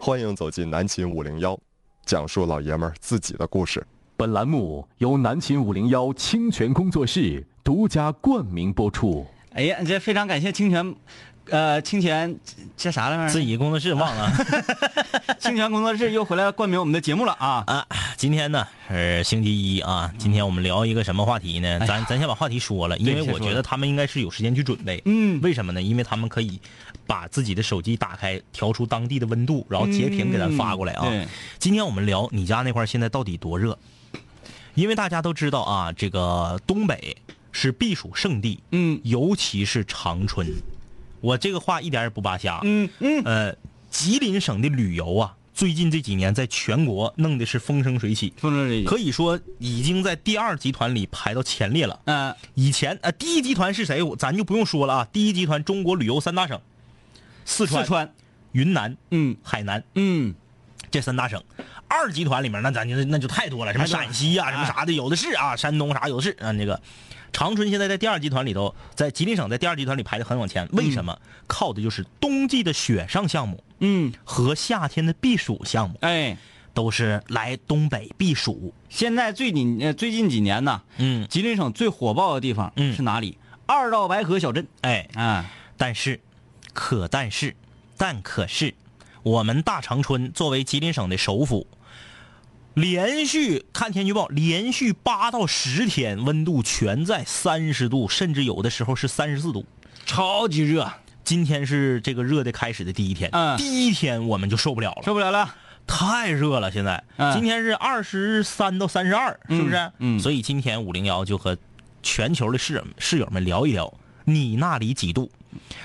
欢迎走进南秦五零幺，讲述老爷们儿自己的故事。本栏目由南秦五零幺清泉工作室独家冠名播出。哎呀，这非常感谢清泉，呃，清泉这啥来着？自己工作室忘了 清泉工作室又回来冠名我们的节目了啊！啊。今天呢是星期一啊，今天我们聊一个什么话题呢？咱咱先把话题说了，因为哎先我说觉得他们应该是有时间去准备。嗯为什么呢？因为他们可以把自己的手机打开，调出当地的温度，然后截屏给咱发过来啊。嗯对今天我们聊你家那块儿现在到底多热？因为大家都知道啊，这个东北是避暑胜地，嗯尤其是长春。我这个话一点也不扒瞎。嗯嗯，呃，吉林省的旅游啊，最近这几年在全国弄的是风生水起，风筝里，可以说已经在第二集团里排到前列了。嗯、以前呃，第一集团是谁？我咱就不用说了啊。第一集团中国旅游三大省，四川、四川，云南、嗯海南嗯，这三大省。二集团里面那咱就那就太多了，什么太多了哎陕西呀、什么啥的有的是啊，山东啥有的是啊。那个长春现在在第二集团里头，在吉林省在第二集团里排的很往前，为什么？靠的就是冬季的雪上项目。嗯，和夏天的避暑项目，哎，都是来东北避暑。现在最近呃最近几年呢，嗯，吉林省最火爆的地方嗯是哪里？二道白河小镇。哎，啊，但是，可但是，但可是，我们大长春作为吉林省的首府，连续看天气预报，连续八到十天温度全在三十度，甚至有的时候是三十四度。超级热，今天是这个热的开始的第一天，嗯第一天我们就受不了了，受不了了。太热了，现在、嗯今天是二十三到三十二，是不是？嗯所以今天五零幺就和全球的室室友们聊一聊，你那里几度？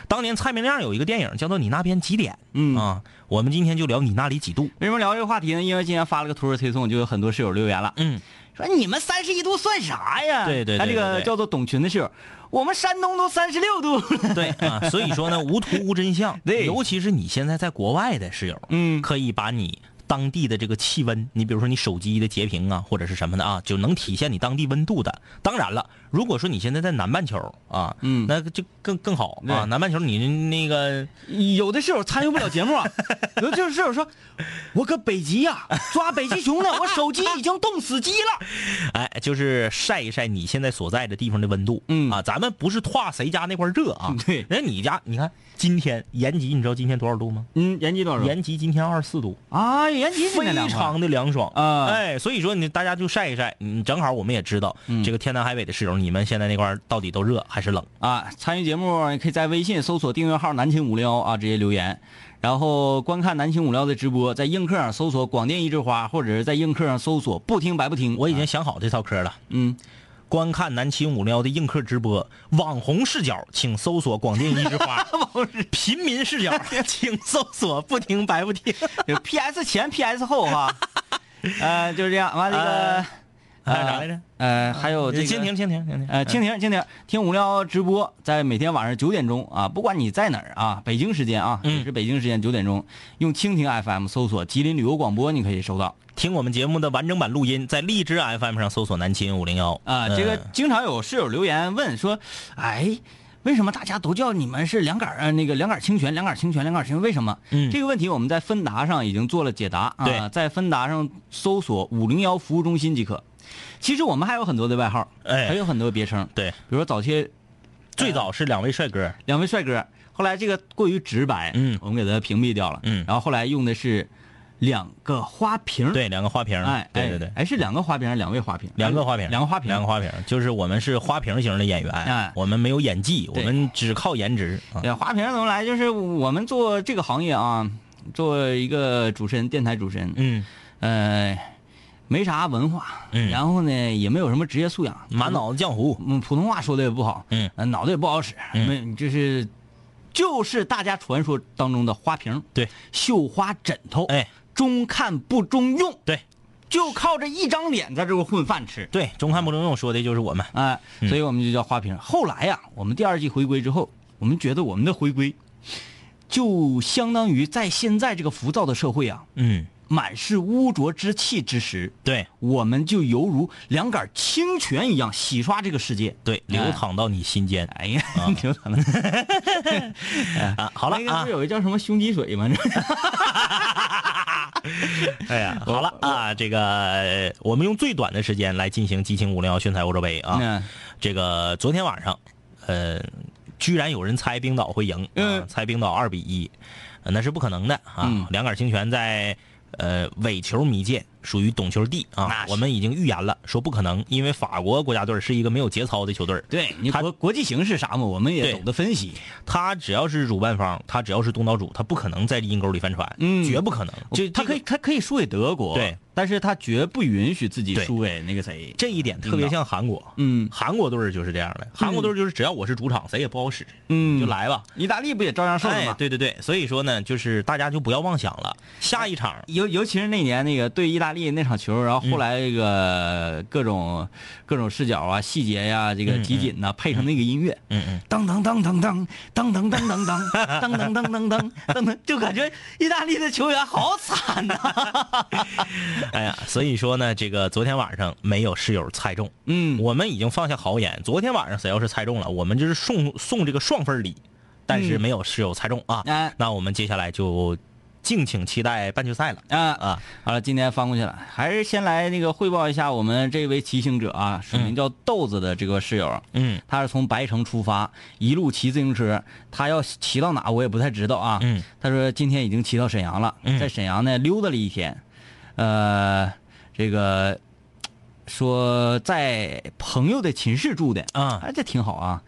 当年蔡明亮有一个电影叫做《你那边几点》，嗯啊，我们今天就聊你那里几度。为什么聊这个话题呢？因为今天发了个图文推送，就有很多室友留言了，嗯，说你们三十一度算啥呀？对对对他这对个对叫做董群的室友，我们山东都三十六度了。 对啊，所以说呢，无图无真相，对尤其是你现在在国外的室友，嗯可以把你。当地的这个气温，你比如说你手机的截屏啊，或者是什么的啊，就能体现你当地温度的。当然了，如果说你现在在南半球啊，嗯那就更更好啊。对南半球你那个 有的室友参与不了节 目啊，有的室友说，我搁北极呀、抓北极 熊呢，我手机已经冻死鸡了。哎，就是晒一晒你现在所在的地方的温度。嗯啊，咱们不是跨谁家那块儿热啊。 对人家你家你看今天延吉，你知道今天多少度吗？嗯，延吉多少？延吉今天二十四度，啊，延吉今天非凉快常的凉爽啊哎，所以说你大家就晒一晒，嗯，正好我们也知道、这个天南海北的室友，你们现在那块儿到底都热还是冷？啊！参与节目，你可以在微信搜索订阅号“南秦五零幺”啊，直接留言。然后观看南秦五零幺的直播，在映客上搜索“广电一枝花”，或者是在映客上搜索“不听白不听”。我已经想好这套嗑了。嗯，观看南秦五零幺的映客直播，网红视角，请搜索“广电一枝 花”；平民视角， 请搜索“不听白不听有 PS 前 PS 后哈，呃，就是这样。完了这个”。啊，啥来着？呃，还有这个蜻蜓，蜻蜓，蜻蜓。呃，蜻蜓，蜻蜓，听无聊直播，在每天晚上九点钟啊，不管你在哪儿啊，北京时间啊，嗯也是北京时间九点钟，用蜻蜓 FM 搜索吉林旅游广播，你可以收到听我们节目的完整版录音，在荔枝 FM 上搜索“南秦五零幺”呃啊。这嗯个经常有室友留言问说，哎，为什么大家都叫你们是两杆儿呃那个两杆儿清泉，两杆儿清泉，两杆儿清泉？为什么？嗯这个问题我们在芬达上已经做了解答啊，对在芬达上搜索五零幺服务中心即可。其实我们还有很多的外号，哎还有很多别称，对，比如说早期最早是两位帅哥，两位帅哥，后来这个过于直白，嗯我们给他屏蔽掉了，嗯然后后来用的是两个花瓶，，对，两个花瓶，哎，对对哎对，哎，是两个花瓶还是两位花瓶？两个花瓶，两个花瓶，两个花瓶，就是我们是花瓶型的演员，哎我们没有演技，我对们只靠颜值啊。对，花瓶怎么来？就是我们做这个行业啊，做一个主持人，电台主持人，嗯，呃，没啥文化，嗯然后呢，也没有什么职业素养，满脑子浆糊，嗯，普通话说的也不好，嗯呃，脑袋也不好使，嗯没就是就是大家传说当中的花瓶，对，绣花枕头，哎，中看不中用，对就靠这一张脸在这块混饭吃，对，中看不中用说的就是我们，哎、所以我们就叫花瓶。后来呀、我们第二季回归之后，我们觉得我们的回归就相当于在现在这个浮躁的社会啊，嗯，满是污浊之气之时，对我们就犹如两杆清泉一样洗刷这个世界。对，流淌到你心间哎呀， 你听他们啊。好了那个 啊不是，有个叫什么胸肌水吗？哎呀，好了啊，这个我们用最短的时间来进行激情五零幺炫彩欧洲杯啊。嗯这个昨天晚上，呃，居然有人猜冰岛会赢，啊嗯，猜冰岛二比一、呃那是不可能的啊。嗯两杆儿清泉在呃伪球迷界属于懂球帝啊那，是我们已经预言了，说不可能，因为法国国家队是一个没有节操的球队儿，对你他国国际形势啥嘛，我们也对懂得分析。他只要是主办方，他只要是东道主，他不可能在阴沟里翻船，嗯绝不可能。就他这可个以，他可以输给德国，对，但是他绝不允许自己对输给那个嗯谁。这一点特别像韩国，嗯韩国队儿就是这样的，韩国队儿就是只要我是主场，谁也不好使，嗯你就来吧。意大利不也照样受了哎吗，？对对对，所以说呢，就是大家就不要妄想了，下一场尤尤其是那年那个对意大利那场球，然后后来这个各种各种视角啊、细节呀、这个集锦呐，配上那个音乐，嗯嗯，当当当当当当当当当当当当当当当当当，就感觉意大利的球员好惨呐。哎呀，所以说呢，这个昨天晚上没有室友猜中，嗯，我们已经放下豪言，昨天晚上谁要是猜中了，我们就是送送这个双份礼，但是没有室友猜中啊。嗯哎那我们接下来就敬请期待半决赛了啊啊！啊。好了，今天翻过去了，还是先来那个汇报一下我们这位骑行者啊，署名叫豆子的这个室友。嗯他是从白城出发，一路骑自行车，他要骑到哪我也不太知道啊。嗯，他说今天已经骑到沈阳了，嗯在沈阳呢溜达了一天，呃，这个说在朋友的寝室住的，啊哎，这挺好啊。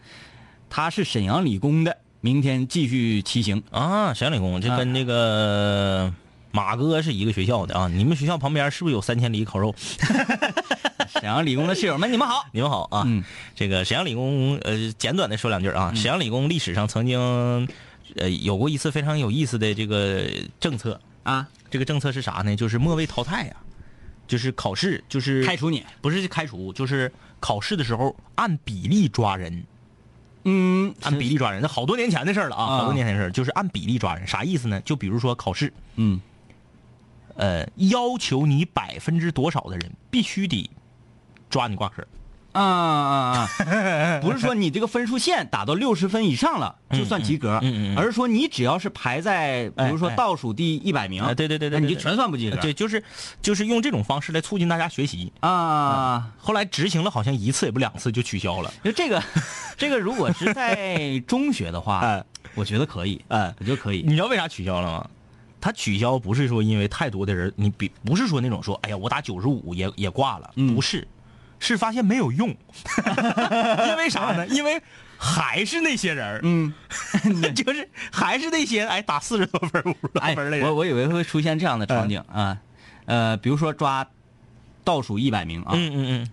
他是沈阳理工的，明天继续骑行。啊，沈阳理工，这跟那个马哥是一个学校的啊。你们学校旁边是不是有三千里烤肉？沈阳理工的室友们，你们好。你们好啊，嗯这个沈阳理工，呃，简短的说两句啊，沈阳理工历史上曾经，呃，有过一次非常有意思的这个政策，啊，这个政策是啥呢？就是末位淘汰呀、就是考试，就是开除你。不是开除，就是考试的时候按比例抓人，嗯，按比例抓人，那好多年前的事儿了啊，啊好多年前的事儿，就是按比例抓人，啥意思呢？就比如说考试，嗯呃，要求你百分之多少的人必须得抓你挂科，啊啊 啊！不是说你这个分数线打到六十分以上了就算及格，嗯嗯嗯嗯而是说你只要是排在比如说哎哎倒数第一百名，啊对对对对那你对就对全算不及格。对，就是就是用这种方式来促进大家学习。啊，后来执行了好像一次也不两次就取消了。就这个，这个如果是在中学的话 哎，我觉得可以，哎我觉得可以。 你知道为啥取消了吗？他取消不是说因为太多的人，你比不是说那种说，哎呀，我打九十五也也挂了，嗯不是，是发现没有用，因为啥呢？因为还是那些人，嗯，嗯，就是还是那些哎打四十多分五十多哎，分的人，我我以为会出现这样的哎场景啊，呃，比如说抓倒数一百名啊，嗯嗯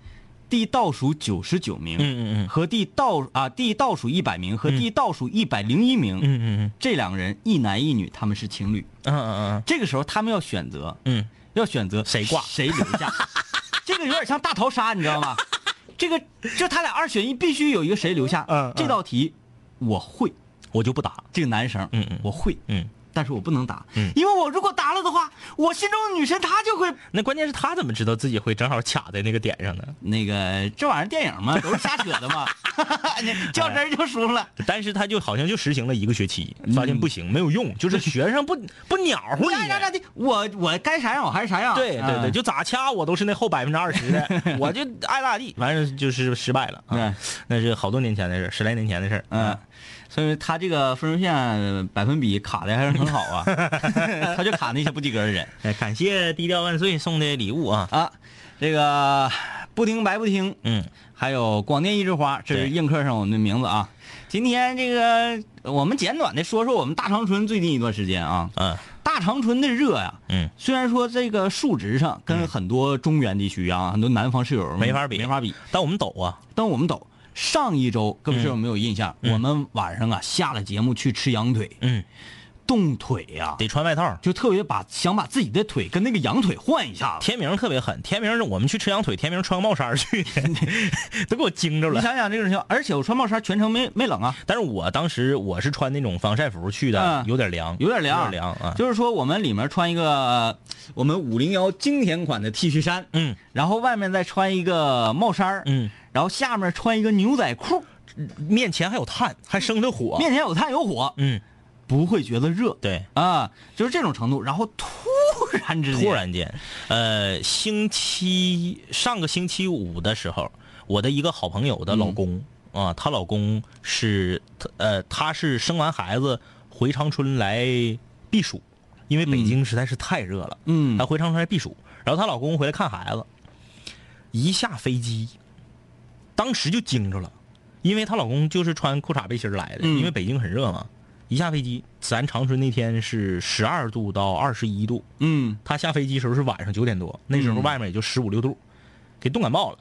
第倒数九十九嗯名嗯嗯和第倒啊第倒数一百名和第倒数一百零一名，嗯嗯这两个人一男一女，他们是情侣。嗯嗯嗯这个时候他们要选择，嗯要选择谁挂谁留下。 这个有点像大逃杀，你知道吗？这个就他俩二选一，必须有一个谁留下。嗯嗯这道题我会，嗯，我就不打，这个男生，嗯嗯我会，嗯，但是我不能答，嗯因为我如果答了的话，我心中的女神她就会那关键是他怎么知道自己会正好卡在那个点上呢？那个这玩意儿电影 嘛，都是瞎扯的嘛，你较真儿就输了。但是他就好像就实行了一个学期，嗯发现不行，没有用，就是学生不不鸟乎我你。爱咋咋地，我我该啥样我还是啥样。哎对对对，嗯就咋掐我都是那后百分之二 十的，我就爱咋地，反正就是失败了啊嗯。那是好多年前的事儿，十来年前的事儿。啊嗯，所以他这个分数线百分比卡的还是很好 啊，他就卡那些不及格的人哎，感谢低调万岁送的礼物啊。啊。这个不听白不听，嗯，还有广电一枝花，这是对映客上我们的名字啊。今天这个我们简短的说说我们大长春最近一段时间啊，嗯大长春的热呀、嗯，虽然说这个数值上跟很多中原地区啊，很多南方室友没法比嗯没法比，但我们抖啊，但我们抖。上一周各位室友没有印象，我们晚上啊下了节目去吃羊腿，嗯，冻腿啊呀、得穿外套。就特别把想把自己的腿跟那个羊腿换一下子。天明特别狠，天明是我们去吃羊腿，天明穿个帽衫儿去 的，都给我惊着你了。想想这种情况，而且我穿帽衫全程没没冷啊，但是我当时我是穿那种防晒服去的，嗯有点凉，有点凉，有点凉啊。就是说我们里面穿一个我们五零幺经典款的 T 恤衫，嗯然后外面再穿一个帽衫儿嗯，然后下面穿一个牛仔裤，面前还有炭，还生着火。面前有炭有火，嗯，不会觉得热对，啊，就是这种程度。然后突然之间，突然间，呃，星期上个星期五的时候，我的一个好朋友的老公、嗯啊，她老公是她呃，她是生完孩子回长春来避暑，因为北京实在是太热了，嗯她回长春来避暑，然后她老公回来看孩子，一下飞机，当时就惊着了，因为她老公就是穿裤衩背心儿来的，嗯因为北京很热嘛。一下飞机，咱长春那天是十二度到二十一度，嗯，他下飞机时候是晚上九点多，那时候外面也就十五六度，给冻感冒了。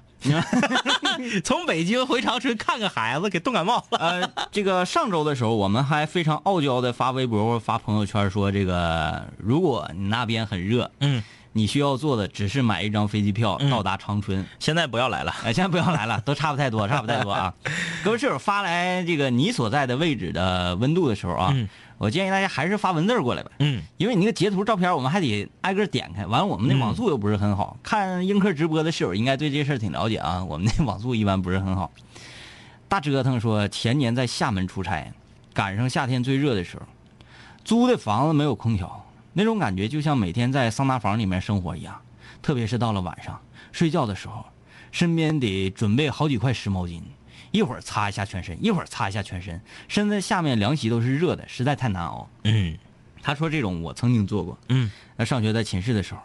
从北京回长春看个孩子，给冻感冒了。呃，这个上周的时候，我们还非常傲娇的发微博或发朋友圈说，这个如果你那边很热，嗯，你需要做的只是买一张飞机票嗯到达长春。现在不要来了。哎，现在不要来了，都差不太多，差不太多啊！各位室友发来这个你所在的位置的温度的时候啊，嗯我建议大家还是发文字儿过来吧，嗯，因为你那个截图照片我们还得挨个点开，完我们那网速又不是很好，看映客直播的室友应该对这事儿挺了解啊，我们那网速一般不是很好。大折腾说前年在厦门出差，赶上夏天最热的时候，租的房子没有空调，那种感觉就像每天在桑拿房里面生活一样，特别是到了晚上睡觉的时候，身边得准备好几块湿毛巾。一会儿擦一下全身，一会儿擦一下全身，身子下面凉席都是热的，实在太难熬。嗯他说这种我曾经做过，嗯那上学在寝室的时候，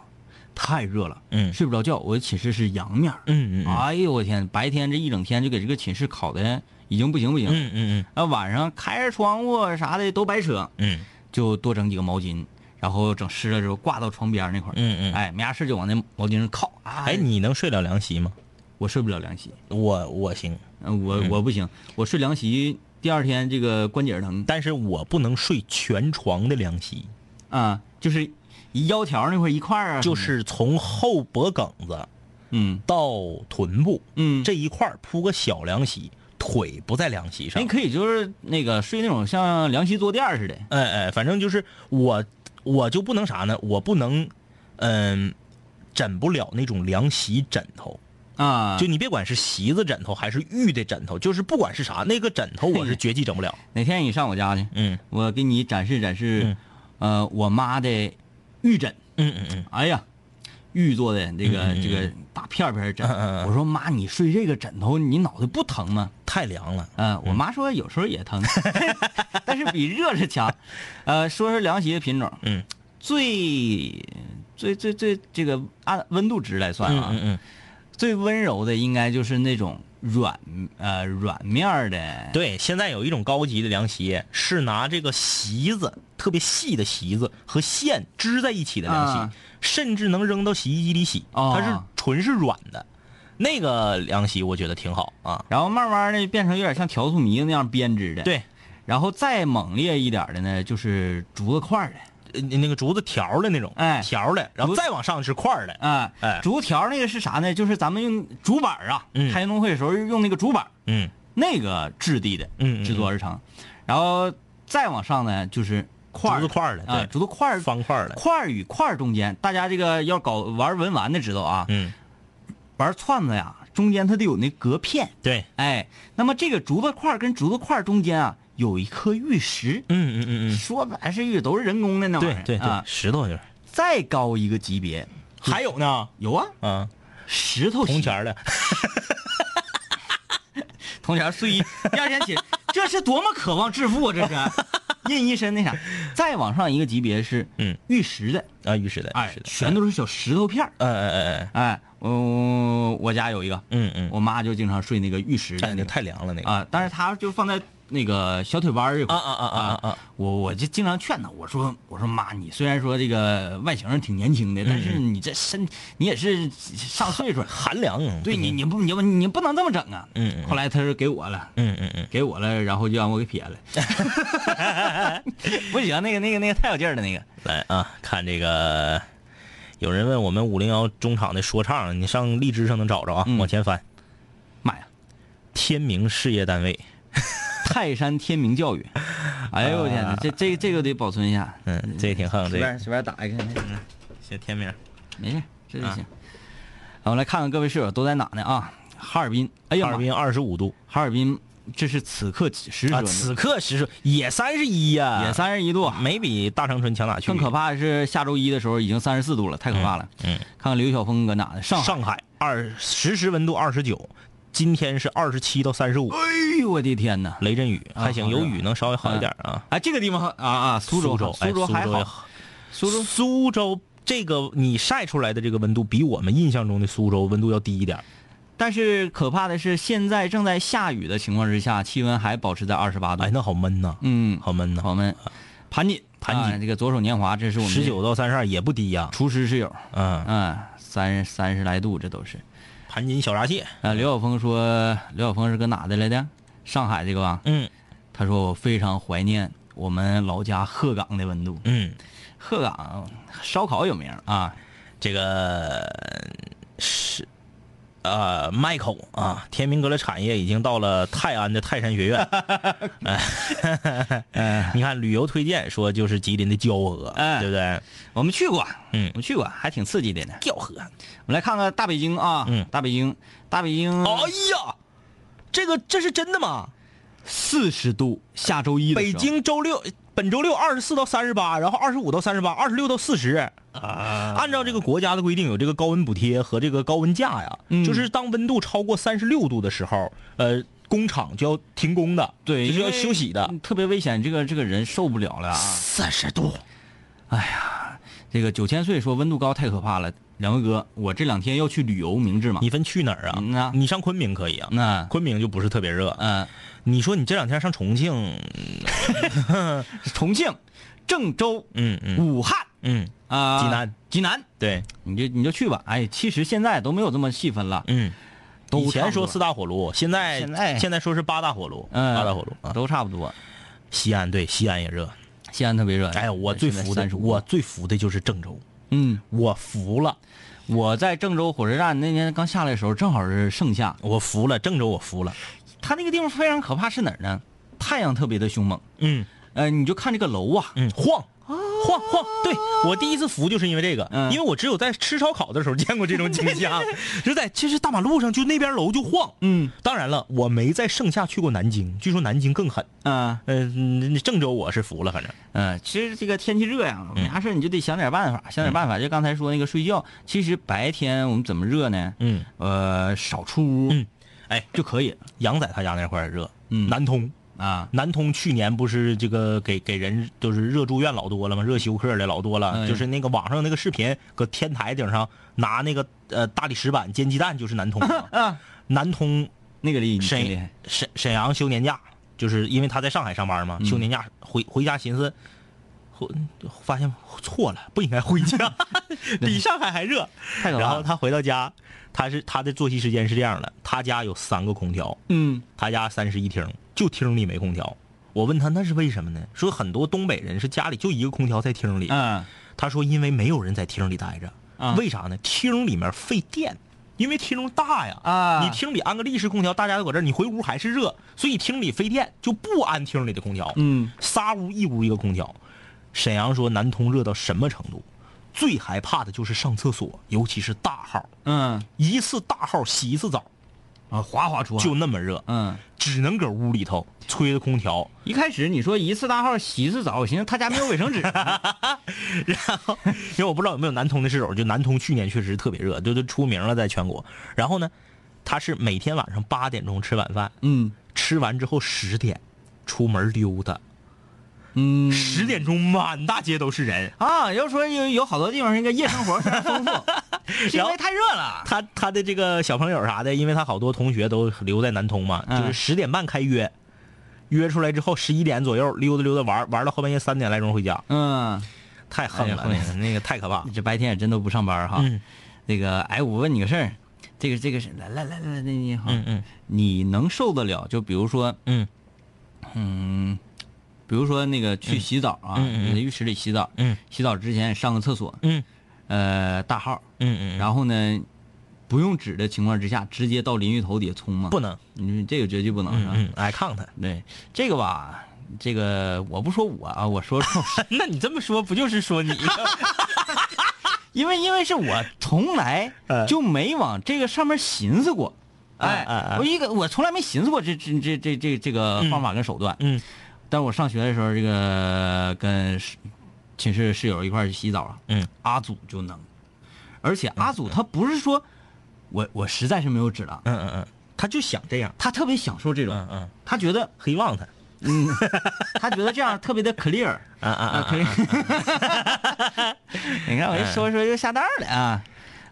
太热了，嗯睡不着觉。我的寝室是阳面儿，嗯嗯嗯哎呦我天，白天这一整天就给这个寝室烤的已经不行不行，嗯嗯啊晚上开着窗户啥的都白扯，嗯就多整几个毛巾，然后整湿了之后挂到床边儿那块儿，嗯嗯嗯。哎没啥事就往那毛巾上靠，哎，你能睡了凉席吗？我睡不了凉席，我我行，呃我嗯我不行，我睡凉席第二天这个关节儿疼但是我不能睡全床的凉席，啊，就是一腰条那块儿一块儿啊，就是从后脖梗子嗯到臀部嗯这一块儿铺个小凉席，腿不在凉席上哎你。可以就是那个睡那种像凉席坐垫儿似的，哎哎，反正就是我，我就不能啥呢？我不能，嗯、枕不了那种凉席枕头。啊，就你别管是席子枕头还是玉的枕头，就是不管是啥，那个枕头我是绝技整不了。哪天你上我家去，嗯我给你展示展示，呃，我妈的玉枕，嗯嗯嗯，哎呀，玉做的这个、这个大片片枕，嗯嗯我说妈，你睡这个枕头，你脑袋不疼吗？太凉了。呃，我妈说有时候也 疼， 但是比热是强。呃，说说凉席的品种，嗯最最最最这个按温度值来算嗯啊，嗯嗯，最温柔的应该就是那种软呃软面儿的，对，现在有一种高级的凉席，是拿这个席子特别细的席子和线织在一起的凉席，啊甚至能扔到洗衣机里洗，哦它是纯是软的。那个凉席我觉得挺好啊。然后慢慢的变成有点像笤帚糜那样编织的，对，然后再猛烈一点的呢，就是竹子块儿的呃那个竹子条儿的那种，哎条儿的，然后再往上是块儿的，啊，哎竹条那个是啥呢？就是咱们用竹板儿啊，嗯开运动会的时候用那个竹板儿嗯那个质地的，嗯嗯嗯制作而成。然后再往上呢，就是块儿竹子块儿的啊对，竹子块儿方块儿的块儿与块儿中间，大家这个要搞玩文玩的知道啊，嗯，玩串子呀，中间它得有那隔片，对，哎，那么这个竹子块儿跟竹子块儿中间啊，有一颗玉石。嗯嗯嗯嗯，说白是玉，都是人工的那玩意儿。对对对啊，，石头就是，再高一个级别，还有呢，有啊，啊，石头铜席钱，儿的， 铜钱儿睡衣，第二天起， 这是多么渴望致富啊！这是 印一身那啥。再往上一个级别是，嗯，玉石的，啊，玉石的，哎是，的，全都是小石头片儿。嗯，哎哎哎哎，哎，我我家有一个，嗯嗯，我妈就经常睡那个玉石的哎，那那个太凉了那个，啊，但是她就放在那个小腿弯儿这块啊儿啊啊啊啊啊，我我就经常劝她，我说我说妈，你虽然说这个外形上挺年轻的，但嗯是你这身你也是上岁 数了，寒凉，对你，你不你不你不能这么整啊！嗯嗯后来他是给我了，嗯嗯嗯，给我了，然后就让我给撇了。 不行，那个那个那个太有劲儿了，那个来啊，看这个，有人问我们五零幺中场的说唱，你上荔枝上能找着啊，嗯往前翻，妈呀！天明事业单位，泰山天明教育，哎呦我天哪，这这这个得保存一下，嗯，这也挺横，这随个便随便打一个，写天明，没事，这就行。好我们来看看各位室友都在哪呢啊？哈尔滨，哎呀哈妈尔滨二十五度，哈尔滨这是此刻时啊，准，此刻时数也三十一呀，也三十一度。啊没比大长春强哪去。更可怕的是，下周一的时候已经三十四度了，太可怕了。嗯嗯看看刘晓峰搁哪呢？上海。上海二实时温度二十九，今天是二十七到三十五，哎呦，我的天哪！雷阵雨啊还行，好热有雨能稍微好一点啊。哎，这个地方啊啊，苏州，州，哎苏州还也好，苏州苏州这个你晒出来的这个温度比我们印象中的苏州温度要低一点。但是可怕的是，现在正在下雨的情况之下，气温还保持在二十八度。哎，那好闷呐，嗯，好闷呐。好们盘锦，盘锦啊这个左手年华，这是我们十九到三十二也不低呀、厨师室友，嗯，嗯，三三十来度，这都是。盘锦小闸蟹，啊，刘晓峰说，刘晓峰是搁哪的来的？上海这个吧？嗯他说我非常怀念我们老家鹤岗的温度。嗯，鹤岗烧烤有名啊，这个是呃麦口啊，天明阁的产业已经到了泰安的泰山 学院。哎，你看旅游推荐说就是吉林的蛟河，哎对不对？我们去过，嗯我们去过，还挺刺激的呢。蛟河，我们来看看大北京啊，嗯大北京，大北京哎呀，这个这是真的吗？四十度，下周一的时北候京周六，本周六二十四到三十八，然后二十五到三十八，二十六到四十。啊按照这个国家的规定，有这个高温补贴和这个高温假呀，嗯就是当温度超过三十六度的时候，呃，工厂就要停工的，对，就是因要为休息的。特别危险，这个这个人受不了了啊。三十度，这个九千岁说温度高太可怕了，两位哥，我这两天要去旅游，明智吗？你分去哪儿啊？嗯呐你上昆明可以啊，那昆明就不是特别热。嗯、你说你这两天上重庆，重庆、郑州、嗯嗯武汉嗯，啊、济南，济南，对，你就你就去吧。哎，其实现在都没有这么细分了，嗯，都以差前不多说四大火炉，现在现在现在说是八大火炉，嗯、八大火炉啊。都差不多。西安对，西安也热。西安特别热，哎呀，我最服三的十，我最服的就是郑州，嗯，我服了，我在郑州火车站那天刚下来的时候，正好是盛夏。我服了，郑州我服了。它那个地方非常可怕是哪儿呢？太阳特别的凶猛，嗯呃，你就看这个楼啊，嗯，晃晃晃，对我第一次服就是因为这个，嗯因为我只有在吃烧烤的时候见过这种景 象，就在就是大马路上，就那边楼就晃。嗯当然了，我没在盛夏去过南京，据说南京更狠。啊呃嗯、郑州我是服了，反正呃，其实这个天气热呀，嗯没啥事儿你就得想点办法，想点办法。就刚才说那个睡觉，其实白天我们怎么热呢？嗯呃，少出屋，嗯，哎，就可以杨仔他家那块儿热，嗯南通。啊。南通去年不是这个给给人就是热住院老多了吗？热休克的老多了，哎就是那个网上那个视频，搁天台顶上拿那个呃大理石板煎鸡蛋，就是南通嘛 啊，南通那个厉害，厉沈害，沈沈阳休年假，就是因为他在上海上班嗯嘛，休年假回回家寻思，回发现错了，不应该回 家，比上海还热。太可然怕后了。他回到家，他是他的作息时间是这样的，他家有三个空调，嗯，他家三室一厅，就厅里没空调。我问他那是为什么呢？说很多东北人是家里就一个空调在厅里。嗯，他说因为没有人在厅里待着，啊为啥呢？厅里面费电，因为厅大呀。啊你厅里安个立式空调，大家都搁这儿，你回屋还是热，所以厅里费电，就不安厅里的空调。嗯，仨屋一屋一个空调。沈阳说南通热到什么程度？最害怕的就是上厕所，尤其是大号，嗯，一次大号洗一次澡啊，哗哗出汗。就那么热。嗯，只能搁屋里头吹着空调，一开始你说一次大号洗一次澡，我寻思他家没有卫 生纸，因为我不知道有没有南通的室友，就南通去年确实特别热，就就出名了，在全国。然后呢，他是每天晚上八点钟吃晚饭，嗯吃完之后十点出门溜达，嗯，十点钟满大街都是人。啊，要说有有好多地方那个夜生活非常 丰富，是因为太热了。他他的这个小朋友啥的，因为他好多同学都留在南通嘛，嗯就是十点半开约，约出来之后十一点左右溜达溜达玩，玩到后半夜三点来钟回家，嗯，太横了，哎呀那个那个太可怕了。这白天也真都不上班哈。嗯那个，哎，我问你个事儿，这个这个是来来来来，那你好，嗯嗯你能受得了？就比如说，嗯比如说那个去洗澡啊，嗯嗯嗯在浴池里洗澡，嗯洗澡之前上个厕所，嗯呃，大号，嗯嗯，然后呢，不用纸的情况之下，直接到淋浴头底下冲吗？不，能，你这个绝对不能是嗯吧？嗯，I count。对，这个吧，这个我不说我啊，我说说。 那你这么说不就是说 你因为因为是我从来呃就没往这个上面寻思过，哎哎哎哎，我一个我从来没寻思过这这这这这这个方法跟手段。嗯，但我上学的时候，这个跟室寝室室友一块儿去洗澡啊，嗯，阿祖就能，而且阿祖他不是说我我实在是没有纸了，嗯嗯嗯，他就想这样，他特别享受这种，嗯嗯，他觉得黑望他，他觉得这样特别的 clear 啊啊啊啊， ，clear。你看我一说说就下蛋了啊。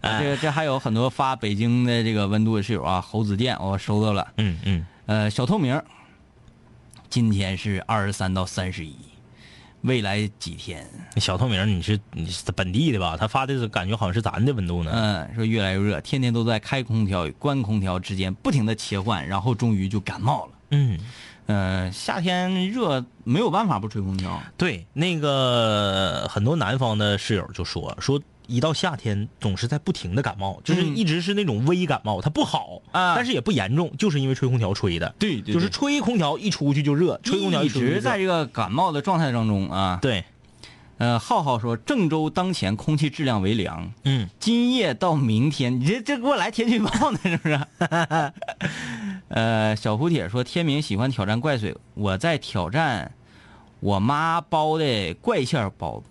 啊，这个这还有很多发北京的这个温度的室友啊，猴子店我收到了，嗯嗯，呃，小透明，今天是二十三到三十一，未来几天，小透明，你是你是本地的吧？他发的是感觉好像是咱的温度呢，嗯、说越来越热，天天都在开空调与关空调之间不停的切换，然后终于就感冒了。嗯。呃，夏天热没有办法不吹空调，对，那个很多南方的室友就说说，一到夏天总是在不停的感冒，就是嗯一直是那种微感冒，它不好啊但是也不严重，就是因为吹空调吹的。对对就是吹空调一出去就热，吹空调一出去就热直在这个感冒的状态当中啊。对，呃，浩浩说，郑州当前空气质量为良，嗯，今夜到明天，你这这给我来天气预报呢，是不是？ 呃，小蝴蝶说，天明喜欢挑战怪水，我在挑战我妈包的怪馅儿包子，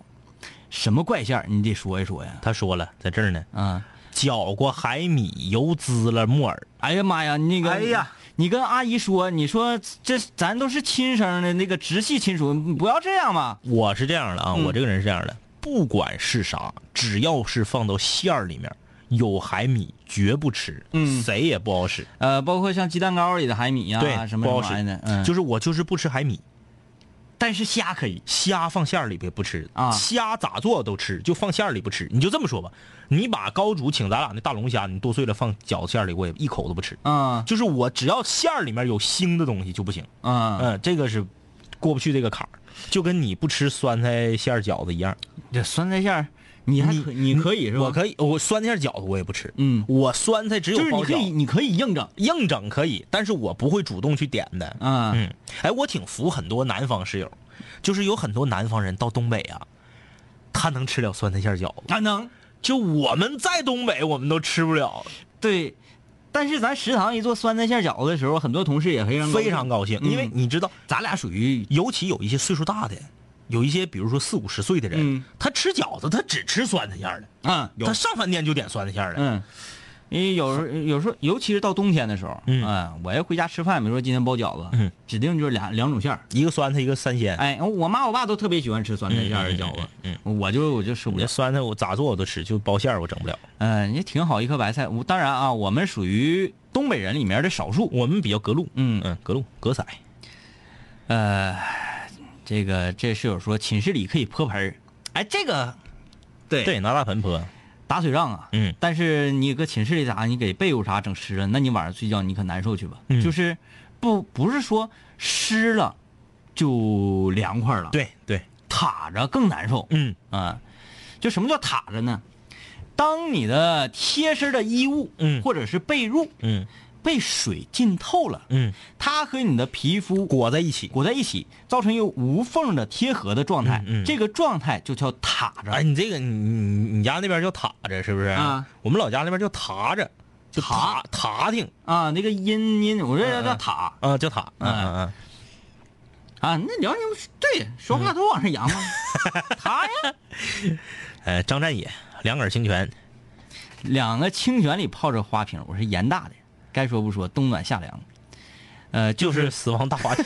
什么怪馅儿？你得说一说呀。他说了，在这儿呢，啊，搅过海米、油滋了、木耳，哎呀妈呀，那个，哎呀，你跟阿姨说，你说这咱都是亲生的，那个直系亲属，你不要这样嘛。我是这样的啊，嗯我这个人是这样的，不管是啥，只要是放到馅儿里面有海米，绝不吃，嗯谁也不好使。呃，包括像鸡蛋糕里的海米呀、对，什么不好什么玩使意的，嗯，就是我就是不吃海米，但是虾可以，虾放馅儿里边不吃啊虾咋做都吃，就放馅儿里不吃。你就这么说吧，你把高主请咱俩那大龙虾，你剁碎了放饺子馅儿里，我也一口都不吃。啊就是我只要馅儿里面有腥的东西就不行，啊，嗯，这个是过不去这个坎儿，就跟你不吃酸菜馅儿饺子一样。这酸菜馅儿，你还可你可以是吧？我可以，我酸菜馅儿饺子我也不吃，嗯我酸菜只有就是包你可饺以子你可以硬整，硬整可以，但是我不会主动去点的，啊嗯，哎，我挺服很多南方室友，就是有很多南方人到东北啊，他能吃了酸菜馅儿饺子。啊能就我们在东北，我们都吃不了，对，但是咱食堂一做酸菜馅饺子的时候，很多同事也非常非常高兴，因为嗯你知道，咱俩属于尤其有一些岁数大的，有一些比如说四五十岁的人，嗯他吃饺子他只吃酸菜馅儿的，啊有他上饭店就点酸菜馅儿的。嗯。因为有时候有时候，尤其是到冬天的时候，嗯啊，我要回家吃饭，比如说今天包饺子，嗯，指定就是两两种馅儿。一个酸菜，一个三鲜。哎，我妈我爸都特别喜欢吃酸菜馅儿的饺子，嗯我就我就受不我了这。酸菜我咋做我都吃，就包馅儿我整不了。嗯，也挺好一颗白菜。我当然啊，我们属于东北人里面的少数。我们比较隔路，嗯嗯，隔路隔色。这个这室友说寝室里可以泼盆儿，哎，这个对对，拿大盆泼。打水仗啊，嗯但是你搁寝室里咋，你给被褥啥整湿了，那你晚上睡觉你可难受去吧。嗯就是不不是说湿了就凉快了，，对对，躺着更难受。嗯啊，就什么叫躺着呢？当你的贴身的衣物，嗯或者是被褥嗯被水浸透了，嗯，它和你的皮肤裹在一起。裹在一起，造成一个无缝的贴合的状态，嗯嗯这个状态就叫躺着。哎，你这个你你你家那边叫塔着是不是？啊，我们老家那边叫塔着，就塔塔塔挺啊，那个音音，我这叫塔、啊，叫塔。嗯嗯嗯，啊。那辽宁对说话都往上扬吗？塔 呀，呃，张占野，两杆清泉，两个清泉里泡着花瓶，我是盐大的，该说不说，冬暖夏凉。呃，就就是是死亡大 滑梯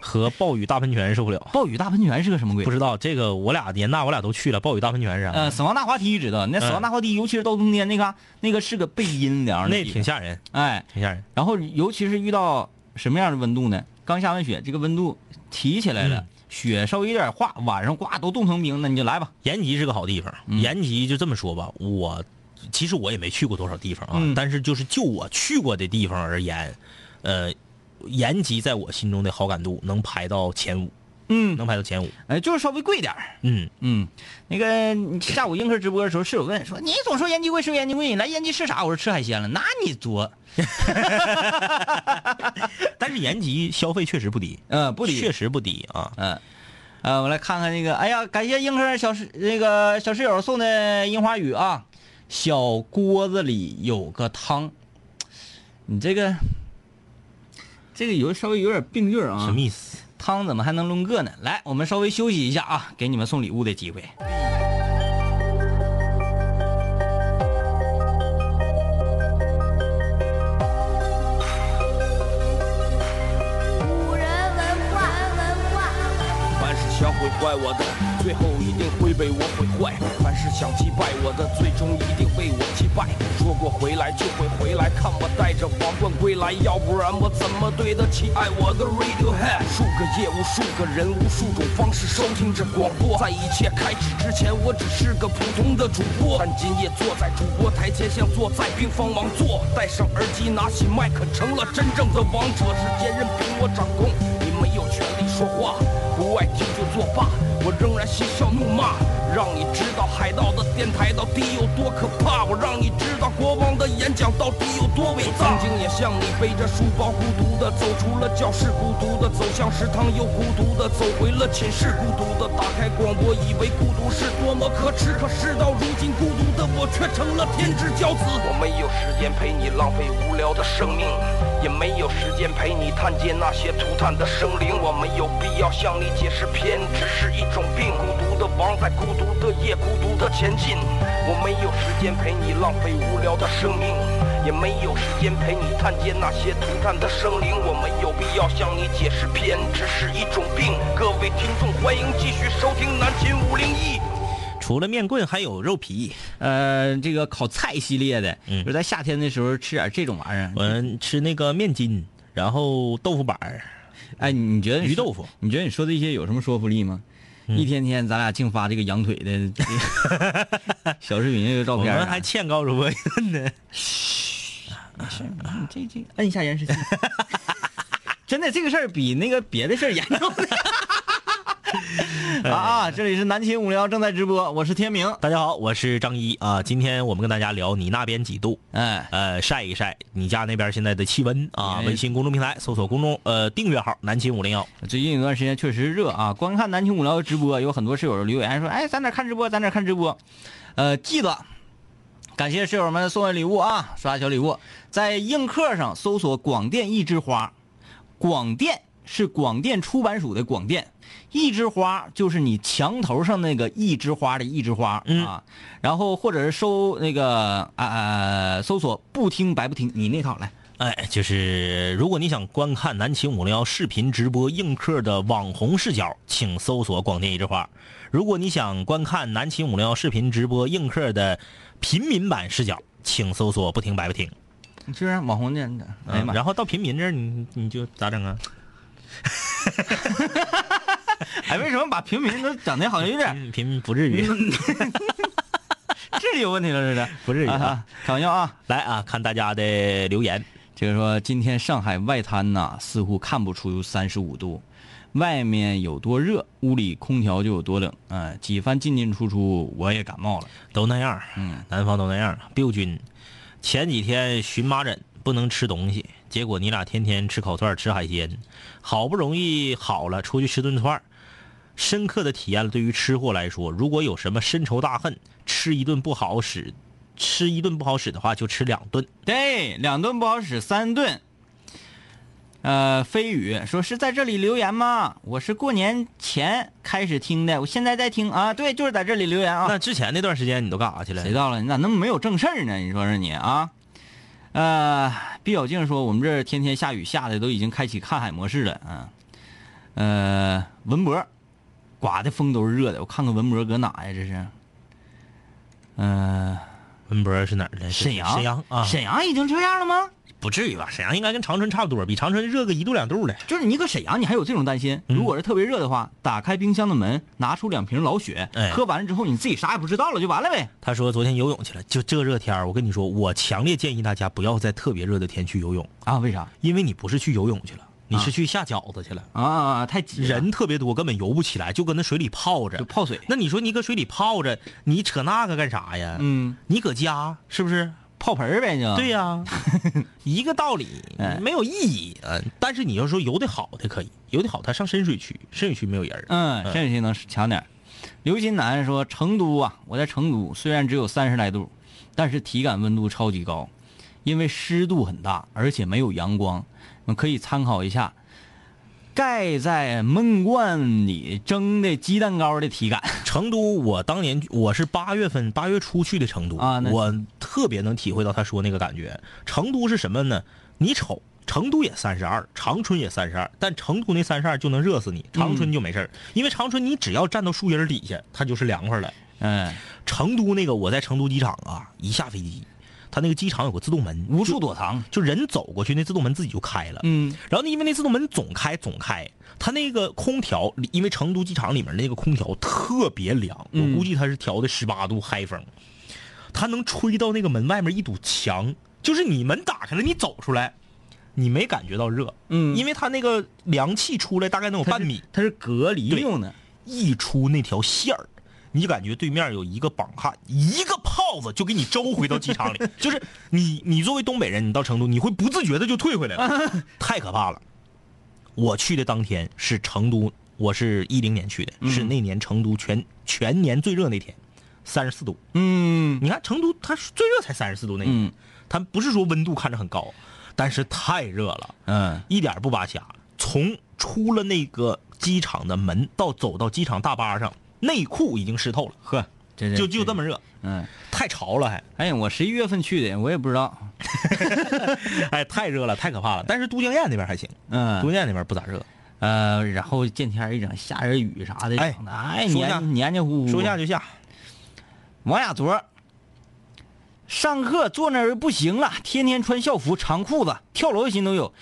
和暴雨大喷泉受不了。暴雨大喷泉是个什么鬼？不知道这个，我俩年大我俩都去了，暴雨大喷泉是啥？呃，死亡大滑梯知道，那嗯死亡大滑梯，尤其是到冬天，那个那个是个背阴凉的那地方，挺吓人，哎。挺吓人。然后尤其是遇到什么样的温度呢？刚下完雪，这个温度提起来了，嗯雪稍微有点化，晚上呱都冻成冰，那你就来吧。延吉是个好地方，嗯延吉就这么说吧，我其实我也没去过多少地方啊，嗯但是就是就我去过的地方而言，呃，延吉在我心中的好感度能排到前五，嗯，能排到前五。哎，就是稍微贵点儿。嗯，嗯，那个你下午映客直播的时候，室友问说：“你总说延吉贵，说延吉贵，你来延吉吃啥？”我说：“吃海鲜了。”那你作？但是延吉消费确实不低，呃，不理。确实不低啊。嗯，呃，我来看看那个，哎呀，感谢映客小室那个小室友送的樱花雨啊。小锅子里有个汤，你这个这个有稍微有点病句儿啊。什么意思？汤怎么还能抡个呢？来，我们稍微休息一下啊，给你们送礼物的机会。古人文化，文化。凡是想毁坏我的，最后一定会被我毁坏；凡是想击败我的，最终一定被我击败。说过回来就会回来，看我带着皇冠归来，要不然我怎么对得起爱我的 Radiohead？数个夜，无数个人，无数种方式收听着广播。在一切开始之前，我只是个普通的主播，但今夜坐在主播台前，像坐在冰封王座。戴上耳机，拿起麦克，成了真正的王者。世界任凭我掌控，你没有权利说话。不爱听就作罢，我仍然嬉笑怒骂，让你知道海盗的电台到底有多可怕，我让你知道国王的演讲到底有多伟大。曾经也像你背着书包孤独的走出了教室，孤独的走向食堂，又孤独的走回了寝室，孤独的打开广播，以为孤独是多么可耻，可事到如今，孤独的我却成了天之骄子。我没有时间陪你浪费无聊的生命。也没有时间陪你探街那些涂炭的生灵，我没有必要向你解释偏执是一种病。孤独的王在孤独的夜，孤独的前进。我没有时间陪你浪费无聊的生命，也没有时间陪你探街那些涂炭的生灵。我没有必要向你解释偏执是一种病。各位听众，欢迎继续收听南秦五零一。除了面棍，还有肉皮。呃，这个烤菜系列的，嗯就在夏天的时候吃点这种玩意儿。我吃那个面筋，然后豆腐板儿。哎，你觉得你鱼说豆腐？你觉得你说这些有什么说服力吗？一天天咱俩净发这个羊腿的小视频、这个照我片啊，们还欠高主播一 顿呢。嗯这这摁一下延时器， 真的这个事儿比那个别的事儿 严重。啊啊！这里是南秦五零幺正在直播，我是天明。大家好，我是张一啊。今天我们跟大家聊你那边几度？哎，呃，晒一晒你家那边现在的气温啊！哎微信公众平台搜索公众呃订阅号“南秦五零幺最近一段时间确实热啊，观看南青五聊直播，有很多室友留言说：“哎，咱哪看直播？咱哪看直播？”呃，记得感谢室友们送的礼物啊，刷小礼物，在映客上搜索“广电一枝花”，广电是广电出版署的广电，一枝花就是你墙头上那个一枝花的一枝花、嗯啊，然后或者是搜那个啊、呃、搜索“不听白不听”，你那套来。”。哎，就是如果你想观看南秦五零幺视频直播映客的网红视角，请搜索“广电一枝花”。如果你想观看南秦五零幺视频直播映客的平民版视角，请搜索“不听白不听”你居然网红呢？你这哎呀妈嗯呀！然后到平民这儿，你你就咋整啊？哎，为什么把平民都整的好像有点嗯平民不至于， 智力有问题了似的。不至于啊啊！哈，开玩笑啊！ 来啊，看大家的留言。这个说今天上海外滩呐、似乎看不出三十五度，外面有多热，屋里空调就有多冷。啊、几番进进出出，我也感冒了。都那样，嗯，南方都那样。biu 君，前几天荨麻疹不能吃东西，结果你俩天天吃烤串吃海鲜，好不容易好了，出去吃顿串儿深刻的体验了对于吃货来说，如果有什么深仇大恨，吃一顿不好使，吃一顿不好使的话，就吃两顿。对，两顿不好使，三顿。呃，飞宇说是在这里留言吗？我是过年前开始听的，我现在在听啊。对，就是在这里留言啊。那之前那段时间你都干啥去了谁？到了？你咋那么没有正事儿呢？你说说你啊？呃，毕小静说我们这儿天天下雨，下的都已经开启看海模式了啊。呃，文博，刮的风都是热的，我看看文博搁哪呀？这是，呃，文博是哪儿的？沈阳，沈阳啊，沈阳已经这样了吗？不至于吧？沈阳应该跟长春差不多，比长春热个一度两度的。就是你搁沈阳，你还有这种担心？嗯如果是特别热的话，打开冰箱的门，拿出两瓶老雪，哎喝完了之后你自己啥也不知道了，就完了呗。他说昨天游泳去了，就这热天儿我跟你说，我强烈建议大家不要在特别热的天去游泳，啊？为啥？因为你不是去游泳去了，你是去下饺子去了，啊，太挤了人特别多，根本游不起来，就搁那水里泡着就。泡水。那你说你搁水里泡着，你扯那个干啥呀？嗯，你搁家是不是？泡盆儿呗，就对呀、 一个道理哎，没有意义。嗯，但是你要说游的好的可以，游的好他上深水区，深水区没有人儿。嗯，这水区能强点儿。刘金南说：“成都啊，我在成都，虽然只有三十来度，但是体感温度超级高。因为湿度很大，而且没有阳光，你们可以参考一下盖在焖罐里蒸的鸡蛋糕的体感。 成都，我当年我是八月份八月初去的成都啊那我特别能体会到他说那个感觉。成都是什么呢？你瞅，成都也三十二，长春也三十二，但成都那三十二就能热死你，长嗯春就没事儿、因为长春你只要站到树荫儿底下，它就是凉快了。嗯，成都那个我在成都机场啊，一下飞机，它那个机场有个自动门，无处躲藏。就人走过去，那自动门自己就开了。嗯，然后呢，因为那自动门总开总开，它那个空调里，因为成都机场里面那个空调特别凉，嗯我估计它是调的十八度嗨风，它能吹到那个门外面一堵墙，就是你门打开了，你走出来，你没感觉到热，嗯因为它那个凉气出来大概能有它半是米，它是隔离用的。一出那条线儿。你就感觉对面有一个绑汉，一个炮子就给你周回到机场里，就是你，你作为东北人，你到成都，你会不自觉的就退回来了，太可怕了。我去的当天是成都，我是一零年去的，是那年成都全全年最热那天，三十四度。嗯，你看成都，它是最热才三十四度那天，嗯它不是说温度看着很高，但是太热了，嗯，一点儿不扒瞎。从出了那个机场的门到走到机场大巴上，内裤已经湿透了，呵，这就就这么。热，嗯，太潮了还。哎，我十一月份去的，我也不知道。 哎，太热了，太可怕了。但是都江堰那边还行，都江嗯，堰那边不咋热。呃，然后见天儿一整下点雨啥的，哎整的哎，说下黏黏黏糊糊。说下就下，王雅卓，上课坐那儿不行了，天天穿校服、长裤子，跳楼的心都有。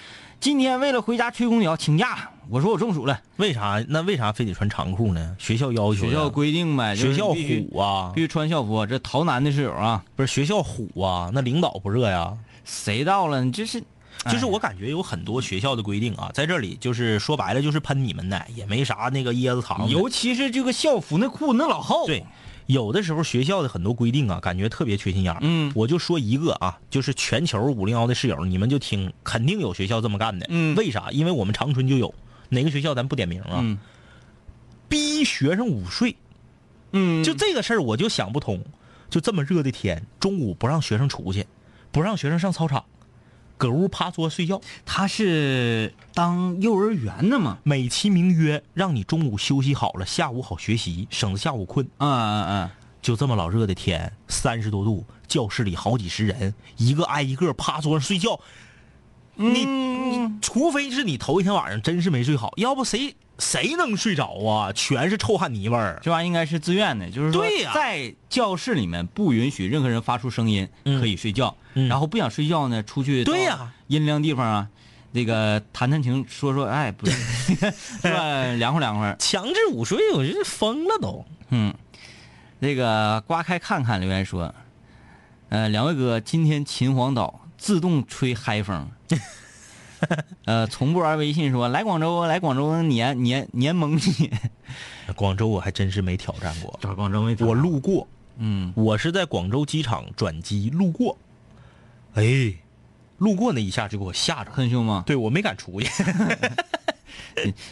今天为了回家吹空调请假了，我说我中暑了。为啥那为啥非得穿长裤呢？学校要求的学校规定呗，就是学校必须虎啊必，须穿校服。这陶南的室友啊，不是学校虎啊，那领导不热呀？谁到了？你这是，就是我感觉有很多学校的规定啊，在这里就是说白了就是喷你们的，也没啥那个椰子哎糖。尤其是这个校服那裤子那老厚。对，有的时候学校的很多规定啊，感觉特别缺心眼儿。嗯我就说一个啊，就是全球五零幺的室友，你们就听，肯定有学校这么干的。嗯为啥？因为我们长春就有哪个学校，咱不点名啊，嗯逼学生午睡。嗯，就这个事儿，我就想不通。就这么热的天，中午不让学生出去，不让学生上操场，搁屋趴桌睡觉，他是当幼儿园的嘛？美其名曰让你中午休息好了，下午好学习，省得下午困。嗯嗯嗯，就这么老热的天，三十多度，教室里好几十人，一个挨一个趴桌上睡觉。你你，除非是你头一天晚上真是没睡好，要不谁谁能睡着啊？全是臭汗泥味儿。这玩意儿应该是自愿的，就是说对呀在教室里面不允许任何人发出声音，嗯可以睡觉。嗯然后不想睡觉呢，出去对呀，阴凉地方啊，那个弹弹琴，说说哎，不是 是吧？凉快凉快。强制午睡，我这疯了都。嗯，那个刮开看看留言说，呃，两位哥，今天秦皇岛自动吹嗨 风。呃，从不玩微信说来广州，来广州年年年蒙你。广州我还真是没挑战过，找广州没我路过，嗯我是在广州机场转机路过，哎，路过那一下就给我吓着了，很凶吗？对我没敢出去。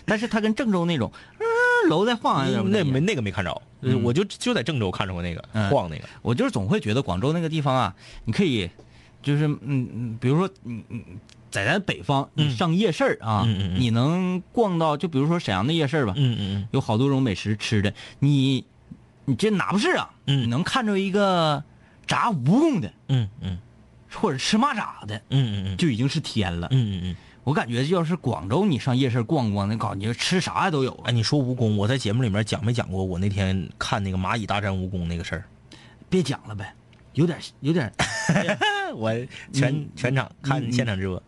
但是它跟郑州那种，嗯，楼在晃有点不太那一样没那个没看着，我就就在郑州看着过那个、嗯晃那个，我就是总会觉得广州那个地方啊，你可以，就是嗯嗯，比如说嗯嗯，在咱北方，嗯你上夜市儿啊，嗯嗯嗯你能逛到，就比如说沈阳的夜市儿吧，嗯嗯有好多种美食吃的，你你这哪不是啊？嗯你能看着一个炸蜈蚣的，嗯嗯或者吃蚂蚱的，嗯嗯嗯就已经是天了。嗯嗯嗯。我感觉要是广州，你上夜市逛逛，那感觉吃啥都有。啊哎，你说蜈蚣，我在节目里面讲没讲过我那天看那个蚂蚁大战蜈蚣那个事儿？别讲了呗，有点有点 我全、全场看现场直播，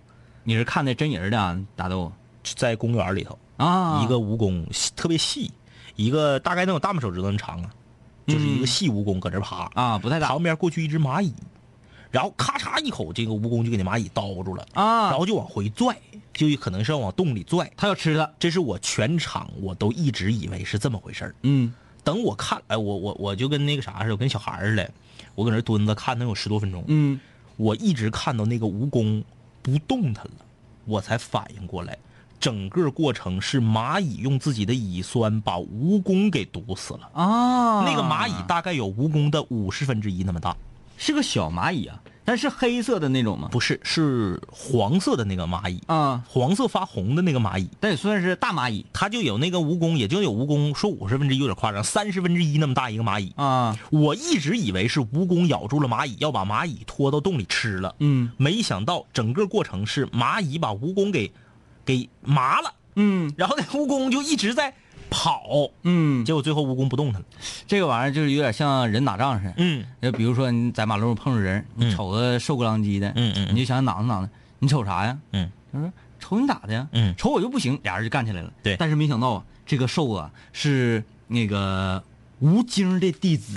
你是看的真人的啊打斗在公园里头，啊？一个蜈蚣细特别细，一个大概能有大拇手指头那么长啊，就是一个细蜈蚣搁这爬，啊，不太大旁边过去一只蚂蚁，然后咔嚓一口，这个蜈蚣就给那蚂蚁叨住了，啊然后就往回拽，就可能是要往洞里拽。他要吃的，这是我全场我都一直以为是这么回事儿。嗯等我看，哎，我我我就跟那个啥似的，我跟小孩儿似的，我搁那儿蹲着看，能有十多分钟。嗯，我一直看到那个蜈蚣不动弹了，我才反应过来，整个过程是蚂蚁用自己的蚁酸把蜈蚣给毒死了。啊，那个蚂蚁大概有蜈蚣的五十分之一那么大，是个小蚂蚁啊，但是黑色的那种吗？不是，是黄色的那个蚂蚁，啊，黄色发红的那个蚂蚁，但也算是大蚂蚁它就有那个蜈蚣，也就有蜈蚣，说五十分之一有点夸张，三十分之一那么大一个蚂蚁。啊，我一直以为是蜈蚣咬住了蚂蚁，要把蚂蚁拖到洞里吃了，嗯没想到整个过程是蚂蚁把蜈蚣给给麻了，嗯然后那蜈蚣就一直在跑，嗯，结果最后蜈蚣不动弹了。这个玩意儿就是有点像人打仗似的。嗯就比如说你在马路上碰着人，你瞅个瘦不浪几的，嗯嗯嗯你就想哪子哪子，你瞅啥呀？嗯，他说瞅你咋的呀？嗯瞅我就不行，俩人就干起来了。对但是没想到啊，这个瘦啊是那个吴京的弟 子，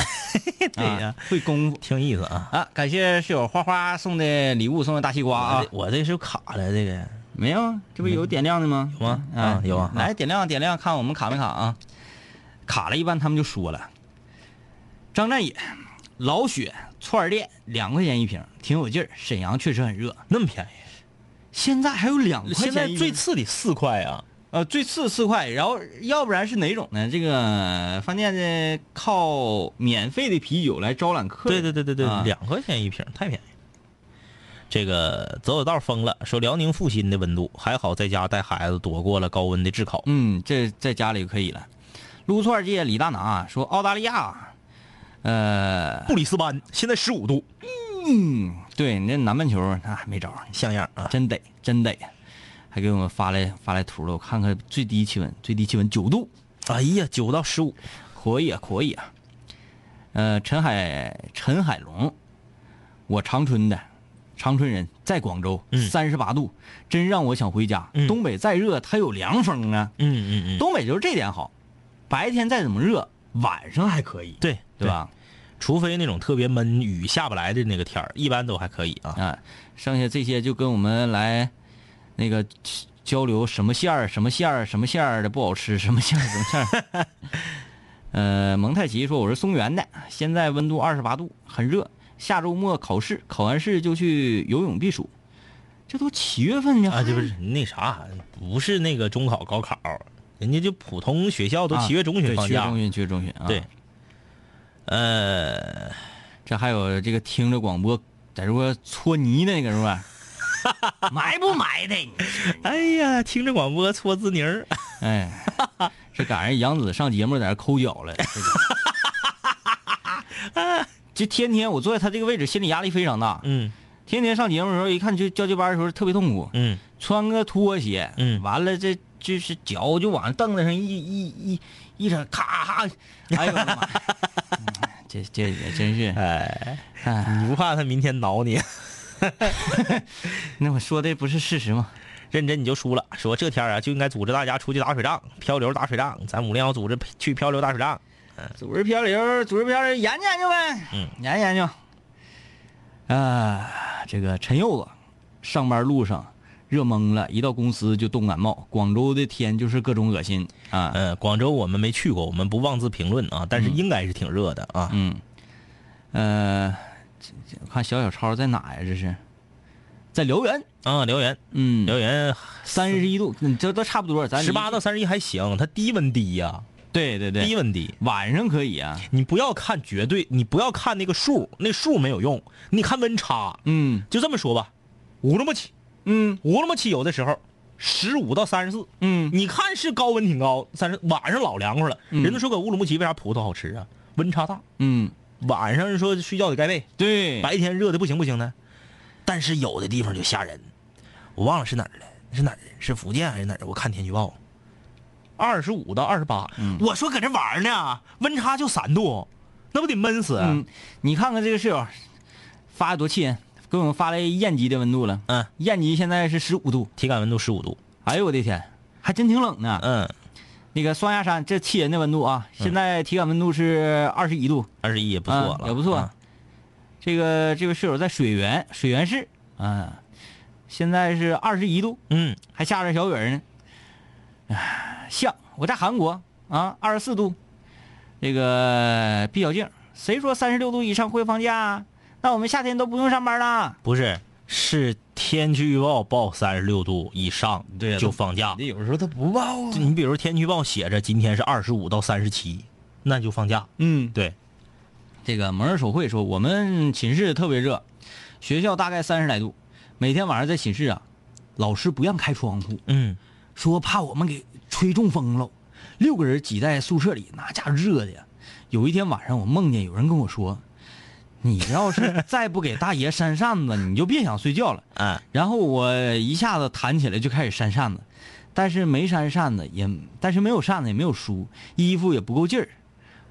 对呀啊会功夫挺有意思啊。啊！感谢室友花花送的礼物，送的大西瓜啊我这！我这是卡了，这个没有，啊，这不有点亮的吗？有吗哎啊有啊啊来点亮点亮，看我们卡没卡啊？卡了，一般他们就说了，张占野、老雪串儿店两块钱一瓶，挺有劲儿。沈阳确实很热，那么便宜，现在还有两块钱现在一瓶最次得四块啊。呃最次四块，然后要不然是哪种呢？这个饭店的靠免费的啤酒来招揽客对人。对对对对，啊两块钱一瓶，太便宜。这个走走道疯了，说辽宁阜新的温度还好，在家带孩子躲过了高温的炙烤。嗯，这在家里就可以了。撸串界李大拿说澳大利亚，呃，布里斯班现在十五度，嗯，对你这南半球那、啊、没招儿，像样啊！真得真得，还给我们发来发来图了，我看看最低气温，最低气温九度，哎呀，九到十五，可以啊，可以啊。呃，陈海陈海龙，我长春的，长春人，在广州，三十八度，真让我想回家。嗯东北再热，它有凉风啊。嗯嗯嗯，东北就是这点好，白天再怎么热，晚上还可以，对对？吧？除非那种特别闷、雨下不来的那个天儿，一般都还可以啊。啊，剩下这些就跟我们来那个交流什么馅儿、什么馅儿、什么馅儿的不好吃，什么馅儿、什么馅儿。 呃，蒙太奇说我是松原的，现在温度二十八度，很热。下周末考试，考完试就去游泳避暑。这都七月份呢，啊，这不是那啥，不是那个中考、高考，人家就普通学校都七月中旬啊对放七月假中。旬，七月中旬啊。对，，呃，这还有这个听着广播在这块搓泥的那个是 吧？埋不埋汰你？哎呀，听着广播搓滋泥儿。哎，这赶上杨子上节目在这抠脚了，这个就天天我坐在他这个位置，心理压力非常大。嗯天天上节目的时候，一看就交接班的时候特别痛苦，嗯。穿个拖鞋，嗯完了这就是脚就往凳子上一一一一整，咔咔，哎呦我的妈呀！嗯这这也真是，哎，哎，你不怕他明天挠你？那我说的不是事实吗？认真你就输了。说这天啊，就应该组织大家出去打水仗，漂流打水仗。咱五零幺组织去漂流打水仗。组织漂流，组织漂流，研究研究呗，嗯，研究研究。啊，这个陈柚子，上班路上热懵了，一到公司就冻感冒。广州的天就是各种恶心啊，呃，广州我们没去过，我们不妄自评论啊，但是应该是挺热的啊。嗯，呃，这这我看小小超在哪呀？这是在辽源，啊，辽源，嗯，辽源三十一度，嗯这都差不多，咱离十八哎到，三十一还行，它低温低呀、对对低对，温低。晚上可以啊，你不要看绝对，你不要看那个数，那数没有用，你看温差。嗯就这么说吧，乌鲁木齐，嗯乌鲁木齐有的时候十五到三十四，嗯，你看是高温挺高，但是晚上老凉快了。嗯人都说搁乌鲁木齐为啥葡萄好吃啊？温差大，嗯，晚上说睡觉得盖被，对，白天热的不行不行的。但是有的地方就吓人，我忘了是哪儿了，是哪儿？是福建还是哪儿？我看天气预报，二十五到二十八。嗯我说搁这玩儿呢，温差就三度，那不得闷死？啊嗯，你看看这个室友发的多气人，给我们发来燕极的温度了。嗯，燕极现在是十五度，体感温度十五度。哎呦我的天，还真挺冷呢。嗯，那个双鸭山这气人的温度啊，现在体感温度是二十一度，二十一也不错了，嗯啊也不错。这个这位室友在水源水源市啊，现在是二十一度，嗯，还下着小雨儿呢。唉，像我在韩国啊，二十四度，这个毕小静，谁说三十六度以上会放假啊？那我们夏天都不用上班啦。不是，是天气预报报三十六度以上对呀就放假。有时候他不报啊就你比如天气预报写着今天是二十五到三十七，那就放假。嗯，对，这个蒙人手绘说我们寝室特别热，学校大概三十来度，每天晚上在寝室啊，老师不让开窗户，嗯，说怕我们给吹中风了。六个人挤在宿舍里，那家伙热的呀。有一天晚上，我梦见有人跟我说：“你要 是再不给大爷扇扇子，你就别想睡觉了。啊，”然后我一下子弹起来就开始扇扇子，但是没扇扇子，也但是没有扇子也没有梳，衣服也不够劲儿。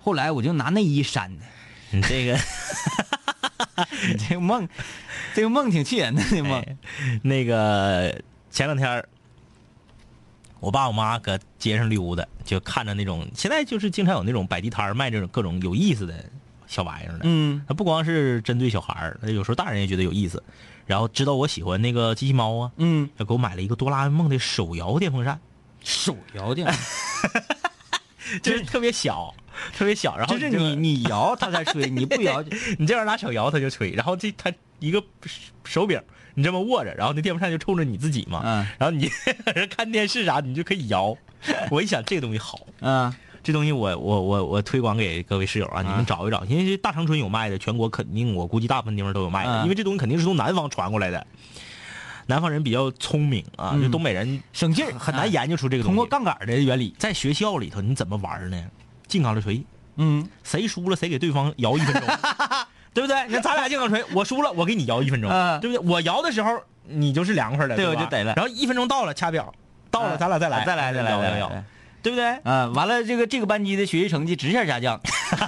后来我就拿内衣扇的。 你这个你这个梦，这个梦挺气人的，这梦。哎那个前两天儿我爸我妈搁街上溜达，就看着那种现在就是经常有那种摆地摊儿卖这种各种有意思的小玩意儿的，嗯它不光是针对小孩儿，有时候大人也觉得有意思。然后知道我喜欢那个机器猫啊，嗯，就给我买了一个哆啦 A 梦的手摇电风扇，手摇的，就是特别小，特别小。然后 就是这你个你摇它才吹，你不摇就 你这样拿手摇它就吹，然后这它一个手手柄你这么握着，然后那电风扇就冲着你自己嘛，嗯然后你 看电视啥你就可以 摇。我一想这东西好，啊这东西我我我我推广给各位室友啊，你们找一找，因为这大长春有卖的，全国肯定我估计大部分地方都有卖嗯的，因为这东西肯定是从南方传过来的。南方人比较聪明啊，嗯就东北人省劲儿哎很难。研究出这个通东西。过杠杆的原理，在学校里头你怎么玩呢？进钢铁锤，嗯，谁输了谁给对方摇一 分钟，对不对？你看咱俩进钢铁锤，我输了我给你摇一分钟，嗯对不对？我摇的时候你就是凉快了，对吧我就逮了然后一分钟到了掐表，到了嗯咱俩再来，再来再来摇再摇来摇再来，对哎不对？哎啊，完了这个这个班级的学习成绩直线下降，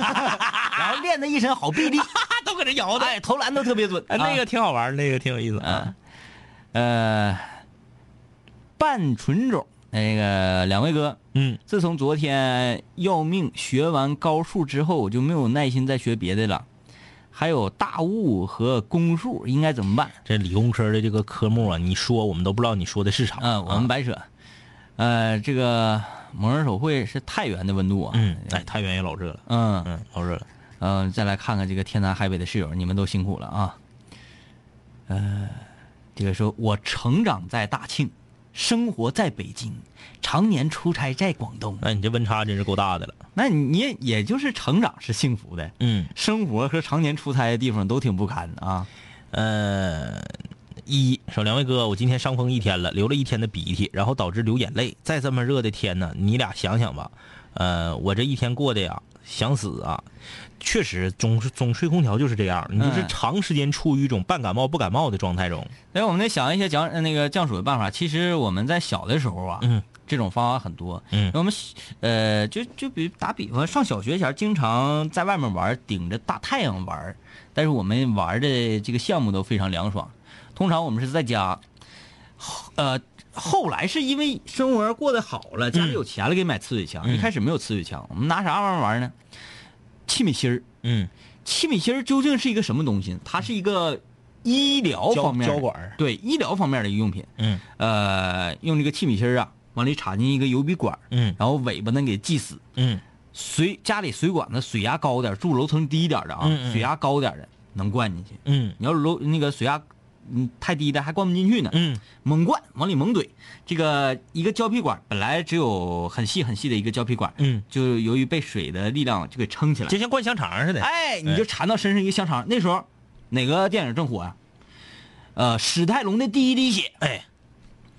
然后练的一身好臂力， 都搁这摇的。哎，投篮都特别准。哎，那啊嗯个挺好玩儿，那个挺有意思啊。呃，半纯种那个两位哥，嗯，自从昨天要命学完高数之后，我就没有耐心再学别的了。还有大物和公数应该怎么办？这理工科的这个科目啊，你说我们都不知道你说的是啥。啊嗯、我们白扯。呃，这个蒙人手绘是太原的温度啊。嗯，哎，太原也老热了，嗯嗯，老热了。嗯、再来看看这个天南海北的室友，你们都辛苦了啊。呃，这个说我成长在大庆，生活在北京，常年出差在广东。那你这温差真是够大的了。那你也也就是成长是幸福的，嗯，生活和常年出差的地方都挺不堪的啊。呃，一说两位哥，我今天伤风一天了，流了一天的鼻涕，然后导致流眼泪。再这么热的天呢，你俩想想吧，呃，我这一天过的呀，想死啊！确实总是总吹空调就是这样，你就是嗯长时间处于一种半感冒不感冒的状态中。所以哎我们得想一些降那个降暑的办法。其实我们在小的时候啊，嗯，这种方法很多。嗯我们呃，就就比打比方，上小学前儿经常在外面玩，顶着大太阳玩，但是我们玩的这个项目都非常凉爽。通常我们是在家，后呃，后来是因为生活过得好了，家里嗯有钱了，给买呲水枪。一开始没有呲水枪，我们拿啥玩意儿玩呢？气米芯儿。嗯，气米芯儿究竟是一个什么东西呢？它是一个医疗胶方面的胶管儿对医疗方面的一个用品。嗯呃，用这个气米芯儿啊，往里插进一个油笔管儿，嗯然后尾巴呢给系死。嗯水家里水管子水压高点儿，住楼层低点儿的啊，嗯嗯水压高点儿的能灌进去。嗯你要是楼那个水压嗯太低的还灌不进去呢，嗯猛灌往里猛怼。这个一个胶皮管儿本来只有很细很细的一个胶皮管儿，嗯，就由于被水的力量就给撑起来了就。像灌香肠似的。哎，你就缠到身上一个香肠。那时候哪个电影正火呀、啊呃，史泰龙的第一滴血，哎，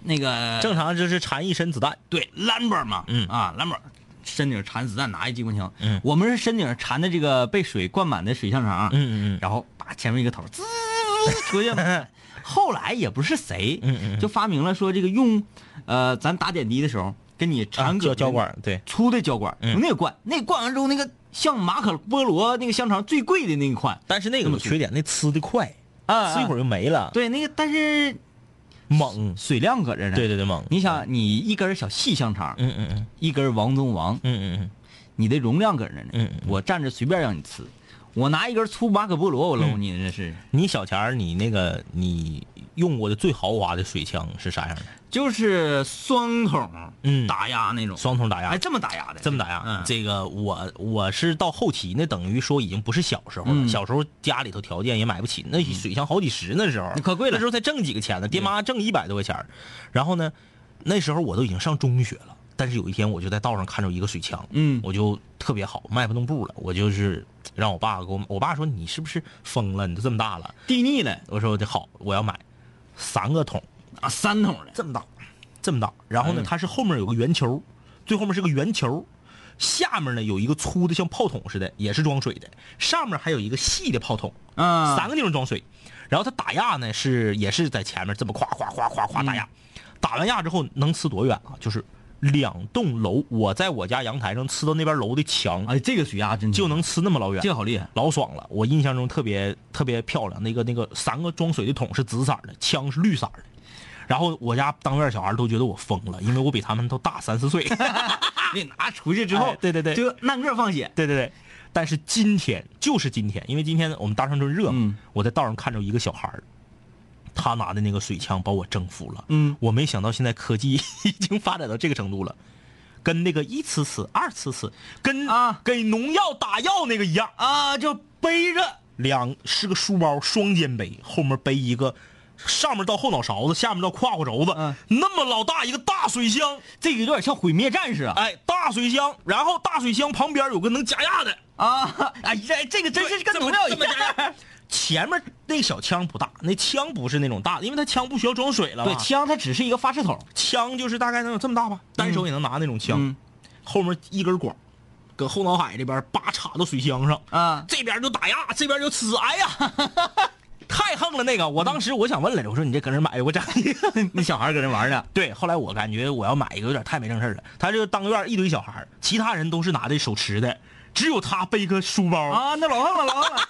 那个正常就是缠一身子弹。啊对兰博嘛，嗯啊，兰博身顶缠子弹，拿一机关枪。嗯我们是身顶缠的这个被水灌满的水香肠，嗯嗯然后把前面一个头 滋出去了。后来也不是谁，嗯嗯嗯就发明了说这个用，呃，咱打点滴的时候跟你啊缠胶个胶管儿对粗的胶管儿，嗯用那个灌，那个灌完之后那个像马可波罗那个香肠最贵的那一款，但是那个有缺点，那呲的快，啊，呲一会儿就没了，对，那个但是猛。水量搁这儿呢。对对对，猛。你想，你一根小细香肠，嗯嗯嗯一根王中王，嗯嗯你的容量搁这儿呢。嗯嗯嗯我站着随便让你吃，我拿一根粗马可波罗，我搂你这是。嗯，你小钱儿，你那个你用过的最豪华的水枪是啥样的？就是双筒嗯打压那种，双筒打压哎，，这么打压的，这么打压。嗯，这个我我是到后期，那等于说已经不是小时候了。嗯小时候家里头条件也买不起，那水枪好几十那时候，嗯那可贵了嗯那时候才挣几个钱呢，爹妈挣一百多块钱儿然后呢，那时候我都已经上中学了。但是有一天我就在道上看着一个水枪，嗯我就特别好，迈不动步了，我就是让我爸给我买，我爸说你是不是疯了？你都这么大了，地腻了我说好，我要买三个桶，啊，三桶了，这么大，这么大。然哎后呢，它是后面有个圆球，最后面是个圆球，下面呢有一个粗的像炮筒似的，也是装水的，上面还有一个细的炮筒，啊三个地方装水。然后它打压呢是也是在前面这么夸夸夸夸夸打压，嗯打完压之后能呲多远啊？就是两栋楼，我在我家阳台上呲到那边楼的墙，哎，这个水压真就能呲那么老远。这个好厉害，老爽了！我印象中特别特别漂亮，那个那个三个装水的桶是紫色儿的，枪是绿色儿的。然后我家当院小孩都觉得我疯了，因为我比他们都大三 四岁。你拿出去之后啊哎，对对对就按个放血，对对对，但是今天就是今天，因为今天我们大长春热嘛，嗯我在道上看着一个小孩儿，他拿的那个水枪把我征服了。嗯我没想到现在科技 已经发展到这个程度了，跟那个一次次、二次次，跟啊跟农药打药那个一样啊，就背着两是个书包，双肩背，后面背一个。上面到后脑勺子，下面到胯骨轴子，嗯那么老大一个大水箱，这个有点像毁灭战士啊哎，大水箱，然后大水箱旁边有个能加压的， 啊！哎，这这个真是跟农药一样，前面那小枪不大，那枪不是那种大的，因为它枪不需要装水了嘛对，枪它只是一个发射筒，枪就是大概能有这么大吧，单手也能拿那种枪，嗯后面一根管儿，搁后脑海这边叭插到水箱上， 啊这边就打压，这边就呲，哎呀， 太横了那个！我当时我想问来着，我说你这搁那买过这样一 个？那小孩搁那玩呢，对，后来我感觉我要买一个有点太没正事儿了。他这个当院一堆小孩儿，其他人都是拿的手持的，只有他背个书包，啊，那老横了，老横了。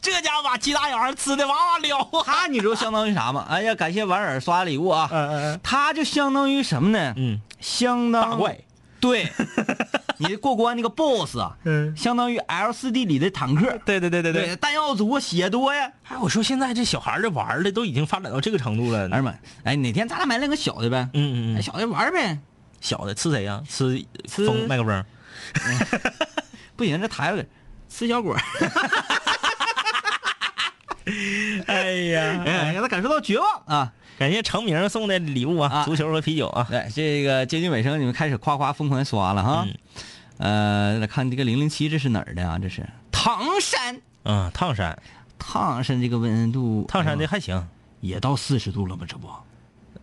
这家伙把其他小孩儿呲的哇哇撩啊！他你知道相当于啥吗？哎呀，感谢莞尔刷礼物啊！嗯嗯嗯他就相当于什么呢？嗯，相当打怪。对， 你过关那个 BOSS 啊，嗯相当于 L 四 D 里的坦克。对对对对对。弹药足啊，血多呀。哎，我说现在这小孩儿这玩儿的都已经发展到这个程度了，哎呀妈，哎，哪天咱俩买两个小的呗？嗯嗯嗯哎小的玩儿呗。小的吃谁呀、吃吃风麦克风。不行，这台子吃小果儿， 哎呀， 哎让他感受到绝望啊！感谢成明送的礼物啊，啊足球和啤酒啊。 来，这个接近尾声，你们开始夸夸疯狂地刷了嗯哈。呃，来看这个零零七，这是哪儿的啊？这是唐山，嗯，烫山，唐山这个温度，烫山哎的呀还行，也到四十度了吗？这不。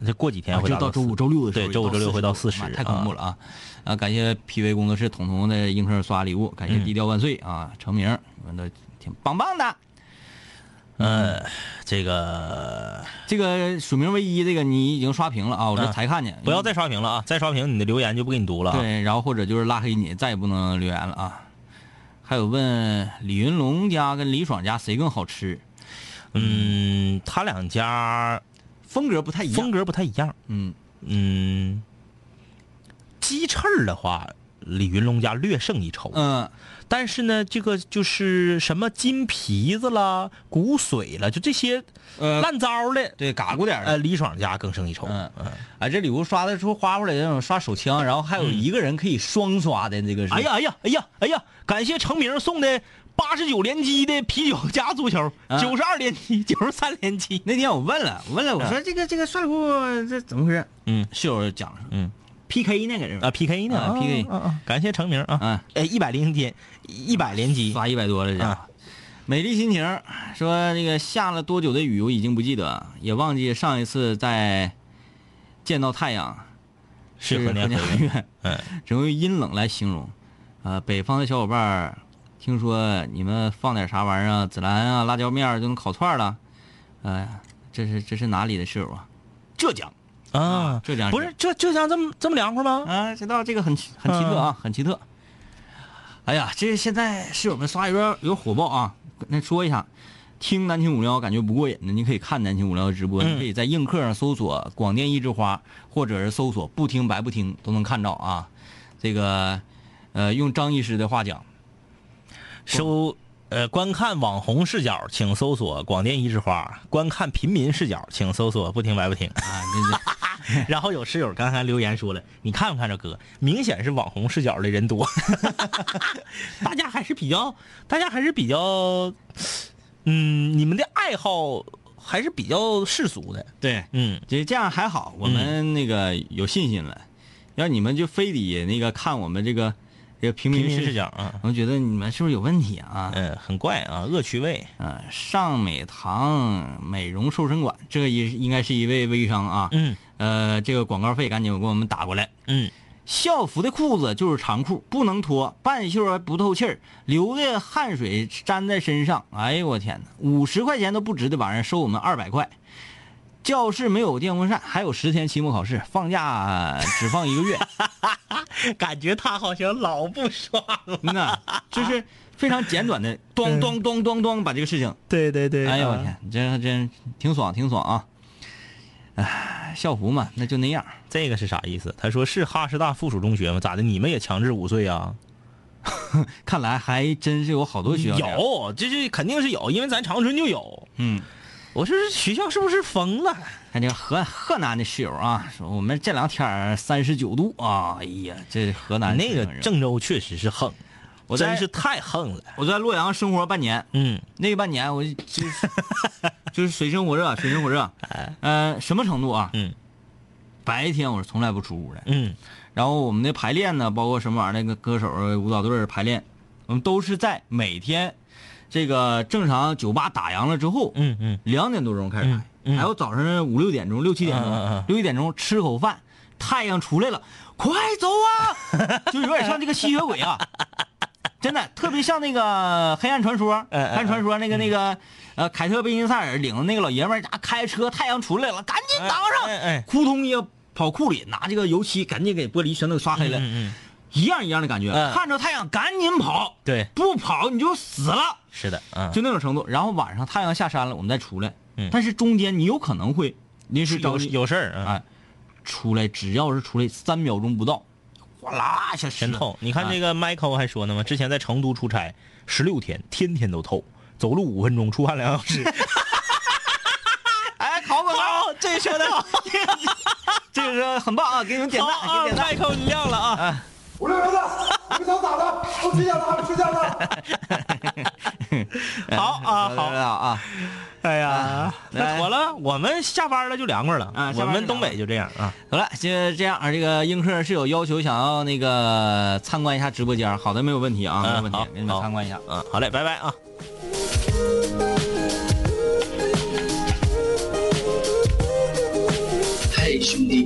这过几天啊，会就达到周40五、周六的时候，对，周五、周六会到四十妈，太恐怖了啊！啊，感谢 PV 工作室彤彤的映客刷礼物，感谢嗯低调万岁啊，成名，你们都挺棒棒的。嗯，这个这个署名唯一这个你已经刷屏了啊，我这才看见，不要再刷屏了啊！再刷屏你的留言就不给你读了啊。对，然后或者就是拉黑你，再也不能留言了啊。还有问李云龙家跟李爽家谁更好吃？嗯，他两家风格不太一样，风格不太一样。嗯，嗯，鸡翅儿的话，李云龙家略胜一筹。嗯但是呢，这个就是什么金皮子啦、骨髓啦，就这些呃烂糟儿的，对，嘎咕点儿的呃，李爽家更胜一筹。嗯，啊，这礼物刷的出花花来那种刷手枪，然后还有一个人可以双刷的，这个是。嗯哎呀，哎呀，哎呀，哎呀！感谢成明送的八十九连击的啤酒加足球，啊九十二连击，九十三连击。那天我问了，我问了，我说这个这个刷礼物这怎么回事？嗯，室友讲说嗯，PK 呢搁这啊，PK 呢啊啊，PK 啊啊感谢成明啊啊，哎哎，一百零天，一百连击。刷一百多了这。啊美丽心情说那个下了多久的雨我已经不记得，也忘记上一次在见到太阳是是何年何何月？月，嗯， 只能用阴冷来形容。呃，北方的小伙伴儿，听说你们放点啥玩意儿啊，孜然啊、辣椒面儿就能烤串儿了。呃，这是这是哪里的室友啊？浙江啊，浙江人不是浙浙江这么这么凉快吗？啊，知道这个很奇很奇特啊，嗯很奇特。哎呀，这现在室友们刷有点有点火爆啊，那说一下。听南秦五零幺感觉不过瘾的，你可以看南秦五零幺直播，嗯你可以在映客上搜索“广电一枝花”，或者是搜索“不听白不听”，都能看到啊。这个，呃，用张医师的话讲，啊收呃，观看网红视角，请搜索“广电一枝花”；观看平民视角，请搜索“不听白不 听”。啊，这这然后有室友刚才留言说了，你看不看这哥？明显是网红视角的人 多，大家还是比较，大家还是比较，嗯，你们的爱好还是比较世俗的，对，嗯这这样还好，我们那个有信心了，要你们就非得那个看我们这个这个平平民民视视角，啊，我觉得你们是不是有问题啊？嗯，很怪啊，恶趣味。呃，上美堂美容瘦身馆，这一应该是一位微商啊。嗯呃，这个广告费赶紧给我们打过来。嗯，校服的裤子就是长裤，不能脱，半袖还不透气儿，流的汗水粘在身上。哎呦我天哪，五十块钱都不值的玩意儿，收我们二百块。教室没有电风扇，还有十天期末考试，放假只放一个月。感觉他好像老不爽了。嗯呐，就是非常简 短的，咚咚咚咚咚，把这个事情对对对啊哎呦我天，你这还真挺爽，挺爽啊！哎，校服嘛，那就那样。这个是啥意思？他说是哈师大附属中学吗？咋的？你们也强制午睡啊？看来还真是有好多学校这样，有，这这肯定是有，因为咱长春就有。嗯，我说这学校是不是疯了？看这个河河南的室友啊，说我们这两天三十九度啊，哎呀，这河南那个挺热郑州确实是横，我在真是太横了。我在洛阳生活半年，嗯，那半年我就就是 就是水深火热，水深火 热，哎呃，什么程度啊？嗯，白天我是从来不出屋的，嗯，然后我们的排练呢，包括什么玩意儿，那个歌手、啊舞蹈队儿排练，我们都是在每天这个正常酒吧打烊了之后，嗯嗯，两点多钟开始排，嗯嗯还有早上五六点钟、六七点钟、嗯嗯嗯六七点钟吃口饭，太阳出来了，快走啊！ 就有点像这个吸血鬼啊，真的特别像那个《黑暗传说》嗯嗯黑暗传说》那个那个呃凯特·贝金赛尔领的那个老爷们儿，啊开车太阳出来了，赶紧挡上，哎哎哎扑通一下跑库里拿这个油漆赶紧给玻璃全都刷黑了，嗯嗯一样一样的感觉，嗯看着太阳赶紧跑，对不跑你就死了。是的，嗯，就那种程度。然后晚上太阳下山了，我们再出来。嗯但是中间你有可能会临时找有你有事儿啊，哎，出来只要是出来三秒钟不到，哗啦一下全透。你看这个，个 Michael 还说呢嘛，之前在成都出差十六天，天天都透，走路五分钟，出汗两小 时。哦哎，考个高，这个说的好，这个说很棒啊，给你们点赞，给你们点赞。 Michael 你亮了啊！五六儿子，你们想咋的？都几点了？还不睡觉呢？ 好啊，好好，啊，哎呀，那来妥了，我们下班了就凉快了啊下我班们就东凉北就这样啊。好了，就这样啊。这个映客是有要求，想要那个参观一下直播间，好的，没有问题啊，没有问题好，给你们好参观一下。嗯，好嘞，拜拜啊。嘿，兄弟，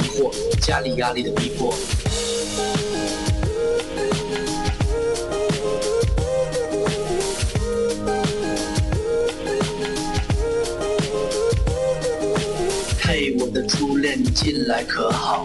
惑，家里压力的逼迫。嘿，我的初恋，你近来可好？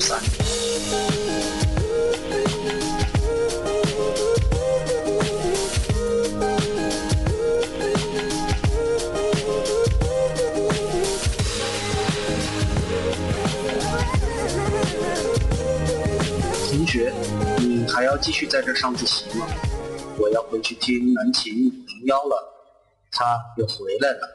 三。同学，你还要继续在这儿上自习吗？我要回去听南琴零幺了，他又回来了。